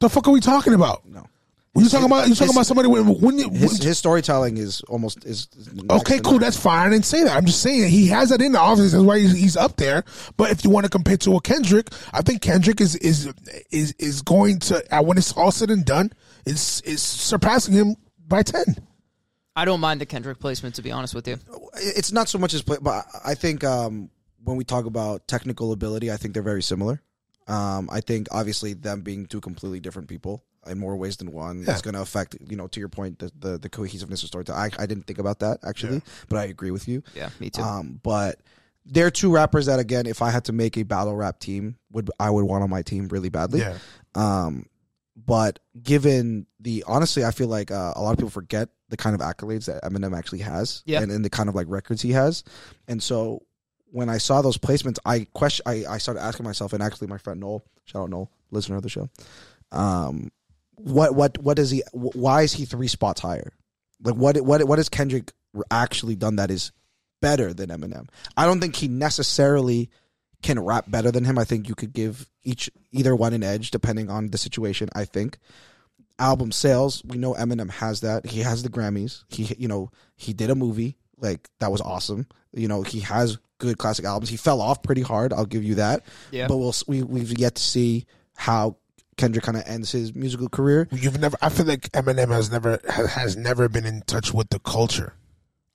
S1: The fuck are we talking about?
S3: No.
S1: Were you talking about you talking
S3: his-
S1: about somebody when when, you-
S3: His,
S1: when-
S3: his storytelling is almost is. is next
S1: Okay,
S3: to
S1: cool.
S3: none.
S1: That's fine. I didn't say that. I'm just saying he has that in the office. That's why he's, he's up there. But if you want to compare to a Kendrick, I think Kendrick is is is is going to uh, when it's all said and done, is is surpassing him by ten.
S2: I don't mind the Kendrick placement to be honest with you.
S3: It's not so much as play, but I I think um, when we talk about technical ability, I think they're very similar. Um, I think obviously them being two completely different people in more ways than one is going to affect you know to your point the the, the cohesiveness of storytelling. I, I didn't think about that actually, but I agree with you.
S2: Yeah, me too.
S1: Uh,
S3: Um, but they're two rappers that again, if I had to make a battle rap team, would I would want on my team really badly.
S1: Yeah.
S3: Um, but given the honestly, I feel like uh, a lot of people forget the kind of accolades that Eminem actually has,
S2: Yeah.
S3: and, and the kind of like records he has, and so when I saw those placements, I question, I, I started asking myself, and actually my friend Noel, shout out Noel, listener of the show, um, what what what does he? wh- Why is he three spots higher? Like what what what has Kendrick actually done that is better than Eminem? I don't think he necessarily can rap better than him. I think you could give each either one an edge depending on the situation. I think album sales, we know Eminem has that. He has the Grammys. He you know he did a movie like that was awesome. You know he has good classic albums. He fell off pretty hard. I'll give you that.
S2: Yeah.
S3: But we'll s- we we've yet to see how Kendrick kind of ends his musical career.
S1: You've never. I feel like Eminem has never ha- has never been in touch with the culture.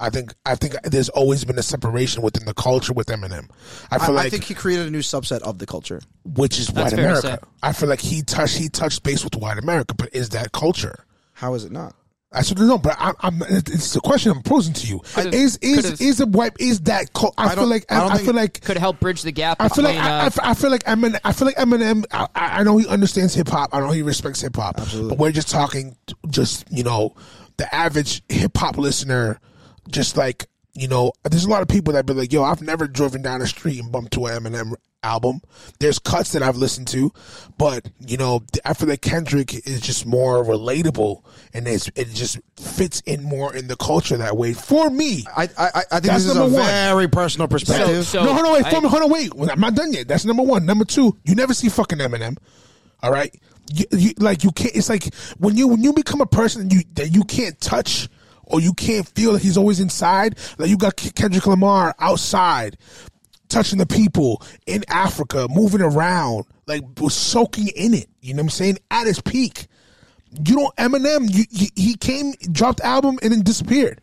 S1: I think I think there's always been a separation within the culture with Eminem. I
S3: I,
S1: feel
S3: I
S1: like
S3: think he created a new subset of the culture.
S1: which is white
S2: That's fair to
S1: America.
S2: say.
S1: I feel like he touched he touched base with white America, but is that culture?
S3: How is it not?
S1: I should know, but I, I'm. It's the question I'm posing to you.
S2: Could've-
S1: is is
S2: could've-
S1: is a white? Is that? Cul- I,
S3: I
S1: feel
S3: don't-
S1: like
S3: I
S1: I,
S3: don't
S1: I
S3: think-
S1: feel like
S2: Could help bridge the gap
S1: I feel
S2: between.
S1: like I, I
S2: uh,
S1: f- I feel like Eminem. I feel like Eminem. I, I I know he understands hip hop. I know he respects hip hop. But we're just talking, just you know, the average hip hop listener. Just like you know, there's a lot of people that be like, "Yo, I've never driven down the street and bumped to an Eminem album." There's cuts that I've listened to, but you know, th- I feel like Kendrick is just more relatable, and it's, it just fits in more in the culture that way for me.
S3: I I, I think
S1: That's
S3: this is a
S1: number one.
S3: very personal perspective.
S2: So-
S1: no, hold on, wait,
S2: I-
S1: hold on, hold on, wait. Well, I'm not done yet. That's number one. Number two, you never see fucking Eminem. All right, you, you, like you can't. It's like when you when you become a person you that you can't touch or you can't feel that he's always inside. Like you got K- Kendrick Lamar outside, touching the people in Africa, moving around, like was soaking in it. You know what I'm saying? At his peak you don't Eminem. You, you, he came, dropped album, and then disappeared.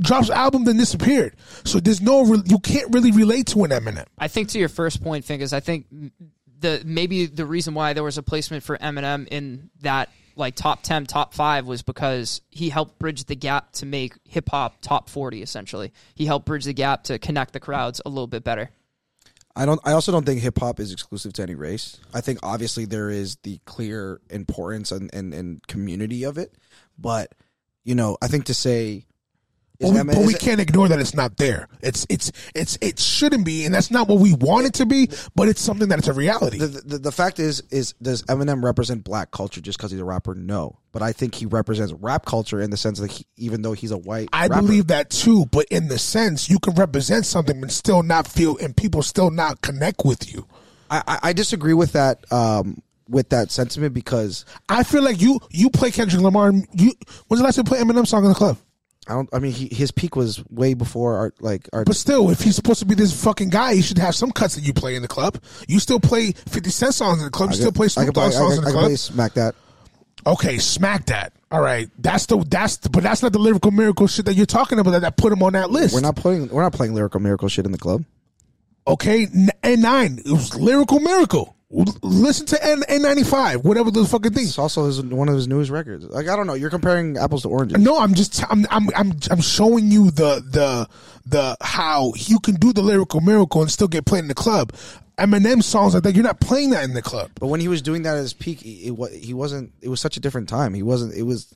S1: Drops album, then disappeared. So there's no, re- you can't really relate to an Eminem.
S2: I think to your first point, fingers. I think m- the maybe the reason why there was a placement for Eminem in that like top ten, top five was because he helped bridge the gap to make hip hop top forty. Essentially, he helped bridge the gap to connect the crowds a little bit better.
S3: I don't. I also don't think hip hop is exclusive to any race. I think obviously there is the clear importance and and, and community of it, but you know, I think to say,
S1: But
S3: is
S1: we,
S3: Eminem-
S1: but
S3: is
S1: we
S3: it-
S1: can't ignore that it's not there. It's it's it's it shouldn't be, and that's not what we want it to be. But it's something that it's a reality.
S3: the, the the fact is is does Eminem represent black culture just because he's a rapper? No, but I think he represents rap culture in the sense that he, even though he's a white,
S1: I
S3: rapper-
S1: believe that too, but in the sense you can represent something and still not feel, and people still not connect with you.
S3: I, I, I disagree with that um with that sentiment because
S1: I feel like you you play Kendrick Lamar. You when's the last time you play Eminem song in the club?
S3: I don't. I mean, he, his peak was way before our like our.
S1: But still, if he's supposed to be this fucking guy, he should have some cuts that you play in the club. You still play 50 Cent songs in the club. You still play
S3: I
S1: Snoop
S3: could play, I
S1: Dogg songs in
S3: could,
S1: the
S3: I could
S1: club.
S3: play smack that.
S1: Okay, smack that. All right, that's the that's the, but that's not the lyrical miracle shit that you're talking about that, that put him on that list.
S3: We're not playing. We're not playing lyrical miracle shit in the club.
S1: okay. N- N9, it was lyrical miracle. L- Listen to N- N95, whatever the fucking thing.
S3: It's also his, one of his newest records. Like I don't know. You're comparing apples to oranges.
S1: No, I'm just t- I'm I'm I'm I'm showing you the the the how you can do the lyrical miracle and still get played in the club. Eminem songs like that, you're not playing that in the club.
S3: But when he was doing that at his peak, he- it, wa he wasn't. It was such a different time. He wasn't. It was.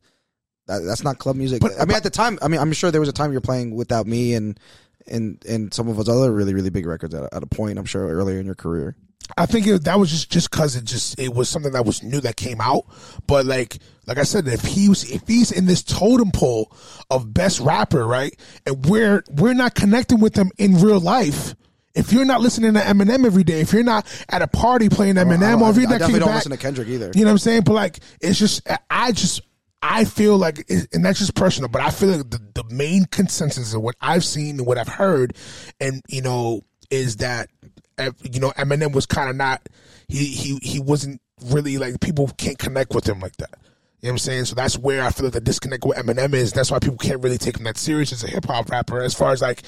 S3: That, that's not club music.
S1: But-
S3: I mean, at the time, I mean, I'm sure there was a time you're playing without me and and and some of his other really really big records at, a- at a point. I'm sure earlier in your career.
S1: I think it, that was just just because it just it was something that was new that came out. But like like I said, if he was if he's in this totem pole of best rapper, right, and we're we're not connecting with them in real life. If you're not listening to Eminem every day, if you're not at a party playing Eminem, or if
S3: I,
S1: you're not
S3: I definitely
S1: kicking
S3: don't
S1: back,
S3: listen to Kendrick either.
S1: you know what I'm saying? But like, it's just I just I feel like, and that's just personal. But I feel like the, the main consensus of what I've seen and what I've heard, and you know, is that eh, you know Eminem was kind of not he he he wasn't really like people can't connect with him like that. You know what I'm saying? So that's where I feel like the disconnect with Eminem is. That's why people can't really take him that serious as a hip hop rapper. As far as like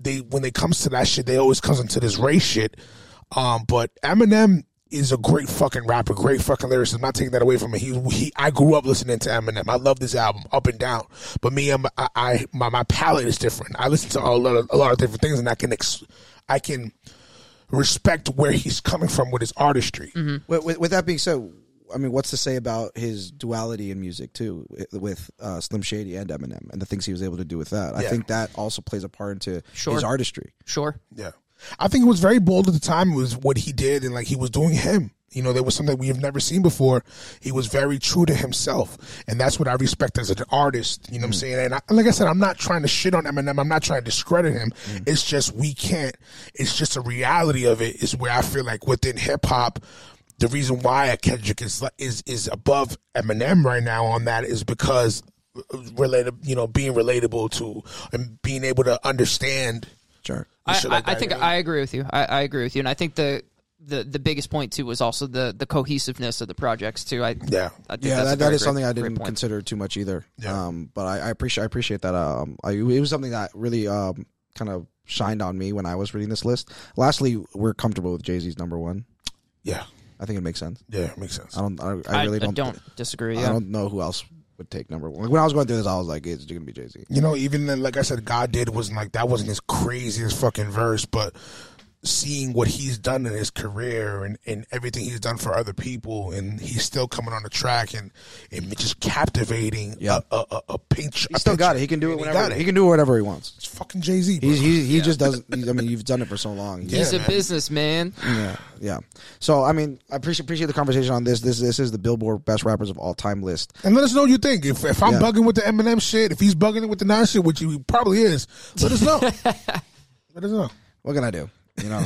S1: they when it comes to that shit, they always comes into this race shit. Um, but Eminem is a great fucking rapper, great fucking lyricist. I'm not taking that away from him. He, he I grew up listening to Eminem. I love this album, up and down. But me, I'm, I, I my my palate is different. I listen to a lot of a lot of different things, and I can ex, I can respect where he's coming from with his artistry.
S3: With, with, with that being said, I mean, what's to say about his duality in music too, with- with uh, Slim Shady and Eminem, and the things he was able to do with that? I
S1: Yeah.
S3: think that also plays a part into his
S2: Sure.
S3: artistry.
S2: Sure.
S1: Yeah. I think it was very bold at the time. It was what he did, and like he was doing him. You know, there was something we have never seen before. He was very true to himself, and that's what I respect as an artist. You know what I'm saying? And I, like I said, I'm not trying to shit on Eminem. I'm not trying to discredit him. It's just we can't. It's just a reality of it. Is where I feel like within hip hop, the reason why Kendrick is is is above Eminem right now on that is because related, you know, being relatable to and being able to understand.
S3: Sure.
S2: I,
S1: shit
S2: I-
S1: like
S2: I
S1: that,
S2: think
S1: right?
S2: I agree with you. I, I agree with you, and I think the the the biggest point too was also the the cohesiveness of the projects too. I
S1: Yeah.
S2: I think
S3: Yeah,
S2: that's a
S3: that,
S2: very
S3: that is
S2: great-
S3: something I
S2: great
S3: didn't
S2: point.
S3: consider too much either.
S1: Yeah.
S3: Um, but I, I appreciate I appreciate that. Um, I, it was something that really um kind of shined on me when I was reading this list. Lastly, we're comfortable with Jay Z's number one.
S1: Yeah,
S3: I think it makes sense.
S1: yeah, it makes sense.
S3: I don't. I, I really don't.
S2: disagree.
S3: I
S2: Yeah.
S3: don't know who else would take number one. Like, when I was going through this, I was like, it's gonna be Jay Z.
S1: You know, even then, like I said, God did wasn't like that wasn't his craziest fucking verse, but seeing what he's done in his career and, and everything he's done for other people, and he's still coming on the track and and just captivating
S3: Yeah.
S1: a, a, a, a pinch.
S3: He still got it. He can do it
S1: He
S3: whenever. He,
S1: got it.
S3: can do whatever he wants.
S1: It's fucking Jay Z.
S3: He's, he he just doesn't. He's, I mean, you've done it for so long.
S1: Yeah.
S2: He's a
S1: man.
S2: businessman.
S3: Yeah, yeah. So I mean, I appreciate appreciate the conversation on this. This this is the Billboard Best Rappers of All Time list.
S1: And let us know what you think. If if I'm
S3: Yeah.
S1: bugging with the Eminem shit, if he's bugging it with the non shit, which he probably is, let us know. let us know.
S3: What can I do? You know,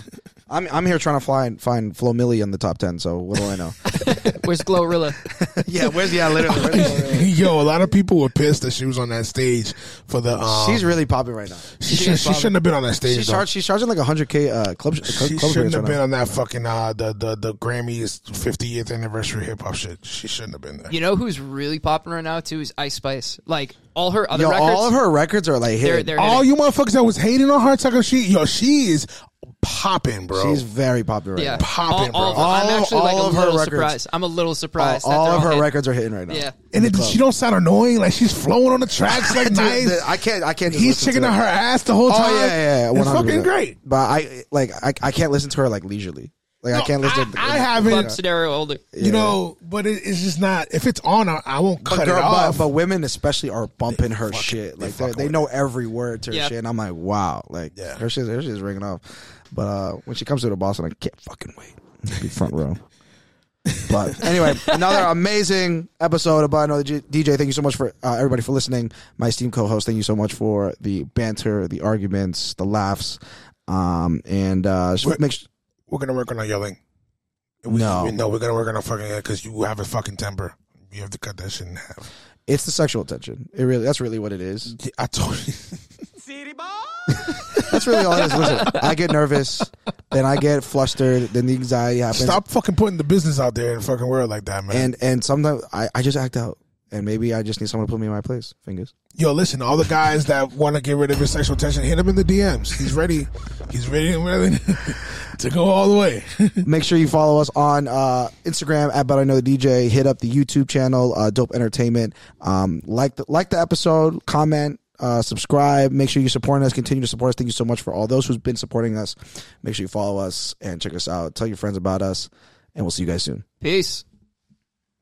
S3: I'm I'm here trying to find find Flo Milli in the top ten. So what do I know?
S2: Where's Glorilla?
S3: yeah, where's yeah, literally. where's-
S1: Yo, a lot of people were pissed that she was on that stage for the. Um,
S3: She's really popping right now.
S1: she, should, she shouldn't have been on that stage.
S3: She's
S1: though.
S3: charged, she's charging like 100k uh, club. She
S1: She
S3: club
S1: shouldn't
S3: rates
S1: have
S3: right
S1: been
S3: now.
S1: on that fucking uh, the the the Grammys 50th anniversary hip hop shit. She shouldn't have been there.
S2: You know who's really popping right now too is Ice Spice. Like all her other
S3: Yo,
S2: records,
S3: all of her records are like
S2: they're
S3: hit.
S2: they're
S1: All
S2: hitting.
S1: you motherfuckers that was hating on her talking shit, yo, she is popping, bro.
S3: She's very popular. Right
S2: yeah
S3: now.
S1: popping,
S2: All, all
S1: bro.
S2: of- I'm
S3: All-
S2: actually like a
S3: all of her
S2: little
S3: records.
S2: surprised. I'm a little
S3: All,
S2: surprised. that
S3: all
S2: they're
S3: of her
S2: hitting.
S3: records are hitting right now.
S2: Yeah.
S1: and it, she don't sound annoying. Like she's flowing on the tracks, like
S3: Dude,
S1: nice.
S3: the- I can't. I can't. Just
S1: He's
S3: listen to
S1: checking out
S3: it.
S1: her ass the whole time.
S3: Oh yeah, yeah, yeah.
S1: It's
S3: 100%.
S1: fucking great.
S3: But I like I, I can't listen to her like leisurely. Like I
S1: No,
S3: can't listen. to
S1: I, I haven't.
S2: Club scenario older.
S1: You know, but it, it's just not. If it's on, I, I won't
S3: But,
S1: cut
S3: girl,
S1: it
S3: but,
S1: off.
S3: but women especially are bumping her
S1: fucking-
S3: shit.
S1: they
S3: Like they,
S1: fucking
S3: they
S1: with
S3: know every word to her
S2: Yep.
S3: shit, and I'm like, wow, like
S1: Yeah.
S3: her shit, her shit is ringing off. But uh, when she comes to the Boston, I can't fucking wait. Be front row. But anyway, another amazing episode of Buy Another G- DJ. Thank you so much for uh, everybody for listening. My esteemed co-host, thank you so much for the banter, the arguments, the laughs, um, and uh, just
S1: Wait.
S3: make sure.
S1: we're gonna work on our yelling. We,
S3: No.
S1: we- no, we're gonna work on our fucking because you have a fucking temper. You have to cut that shit in half.
S3: It's the sexual tension. It really that's really what it is.
S1: Yeah, I told you.
S3: That's really all it is. Listen, I get nervous, then I get flustered, then the anxiety happens.
S1: Stop fucking putting the business out there in the fucking world like that, man.
S3: And and sometimes I, I just act out. And maybe I just need someone to put me in my place. Fingers.
S1: Yo, listen, all the guys that want to get rid of his sexual tension, hit him in the DMs. He's ready. He's ready and willing to go all the way.
S3: Make sure you follow us on uh, Instagram at But I Know the DJ. Hit up the YouTube channel, uh, Dope Entertainment. Um, like the like the episode, comment, uh, subscribe. Make sure you're supporting us. Continue to support us. Thank you so much for all those who's been supporting us. Make sure you follow us and check us out. Tell your friends about us, and we'll see you guys soon.
S2: Peace.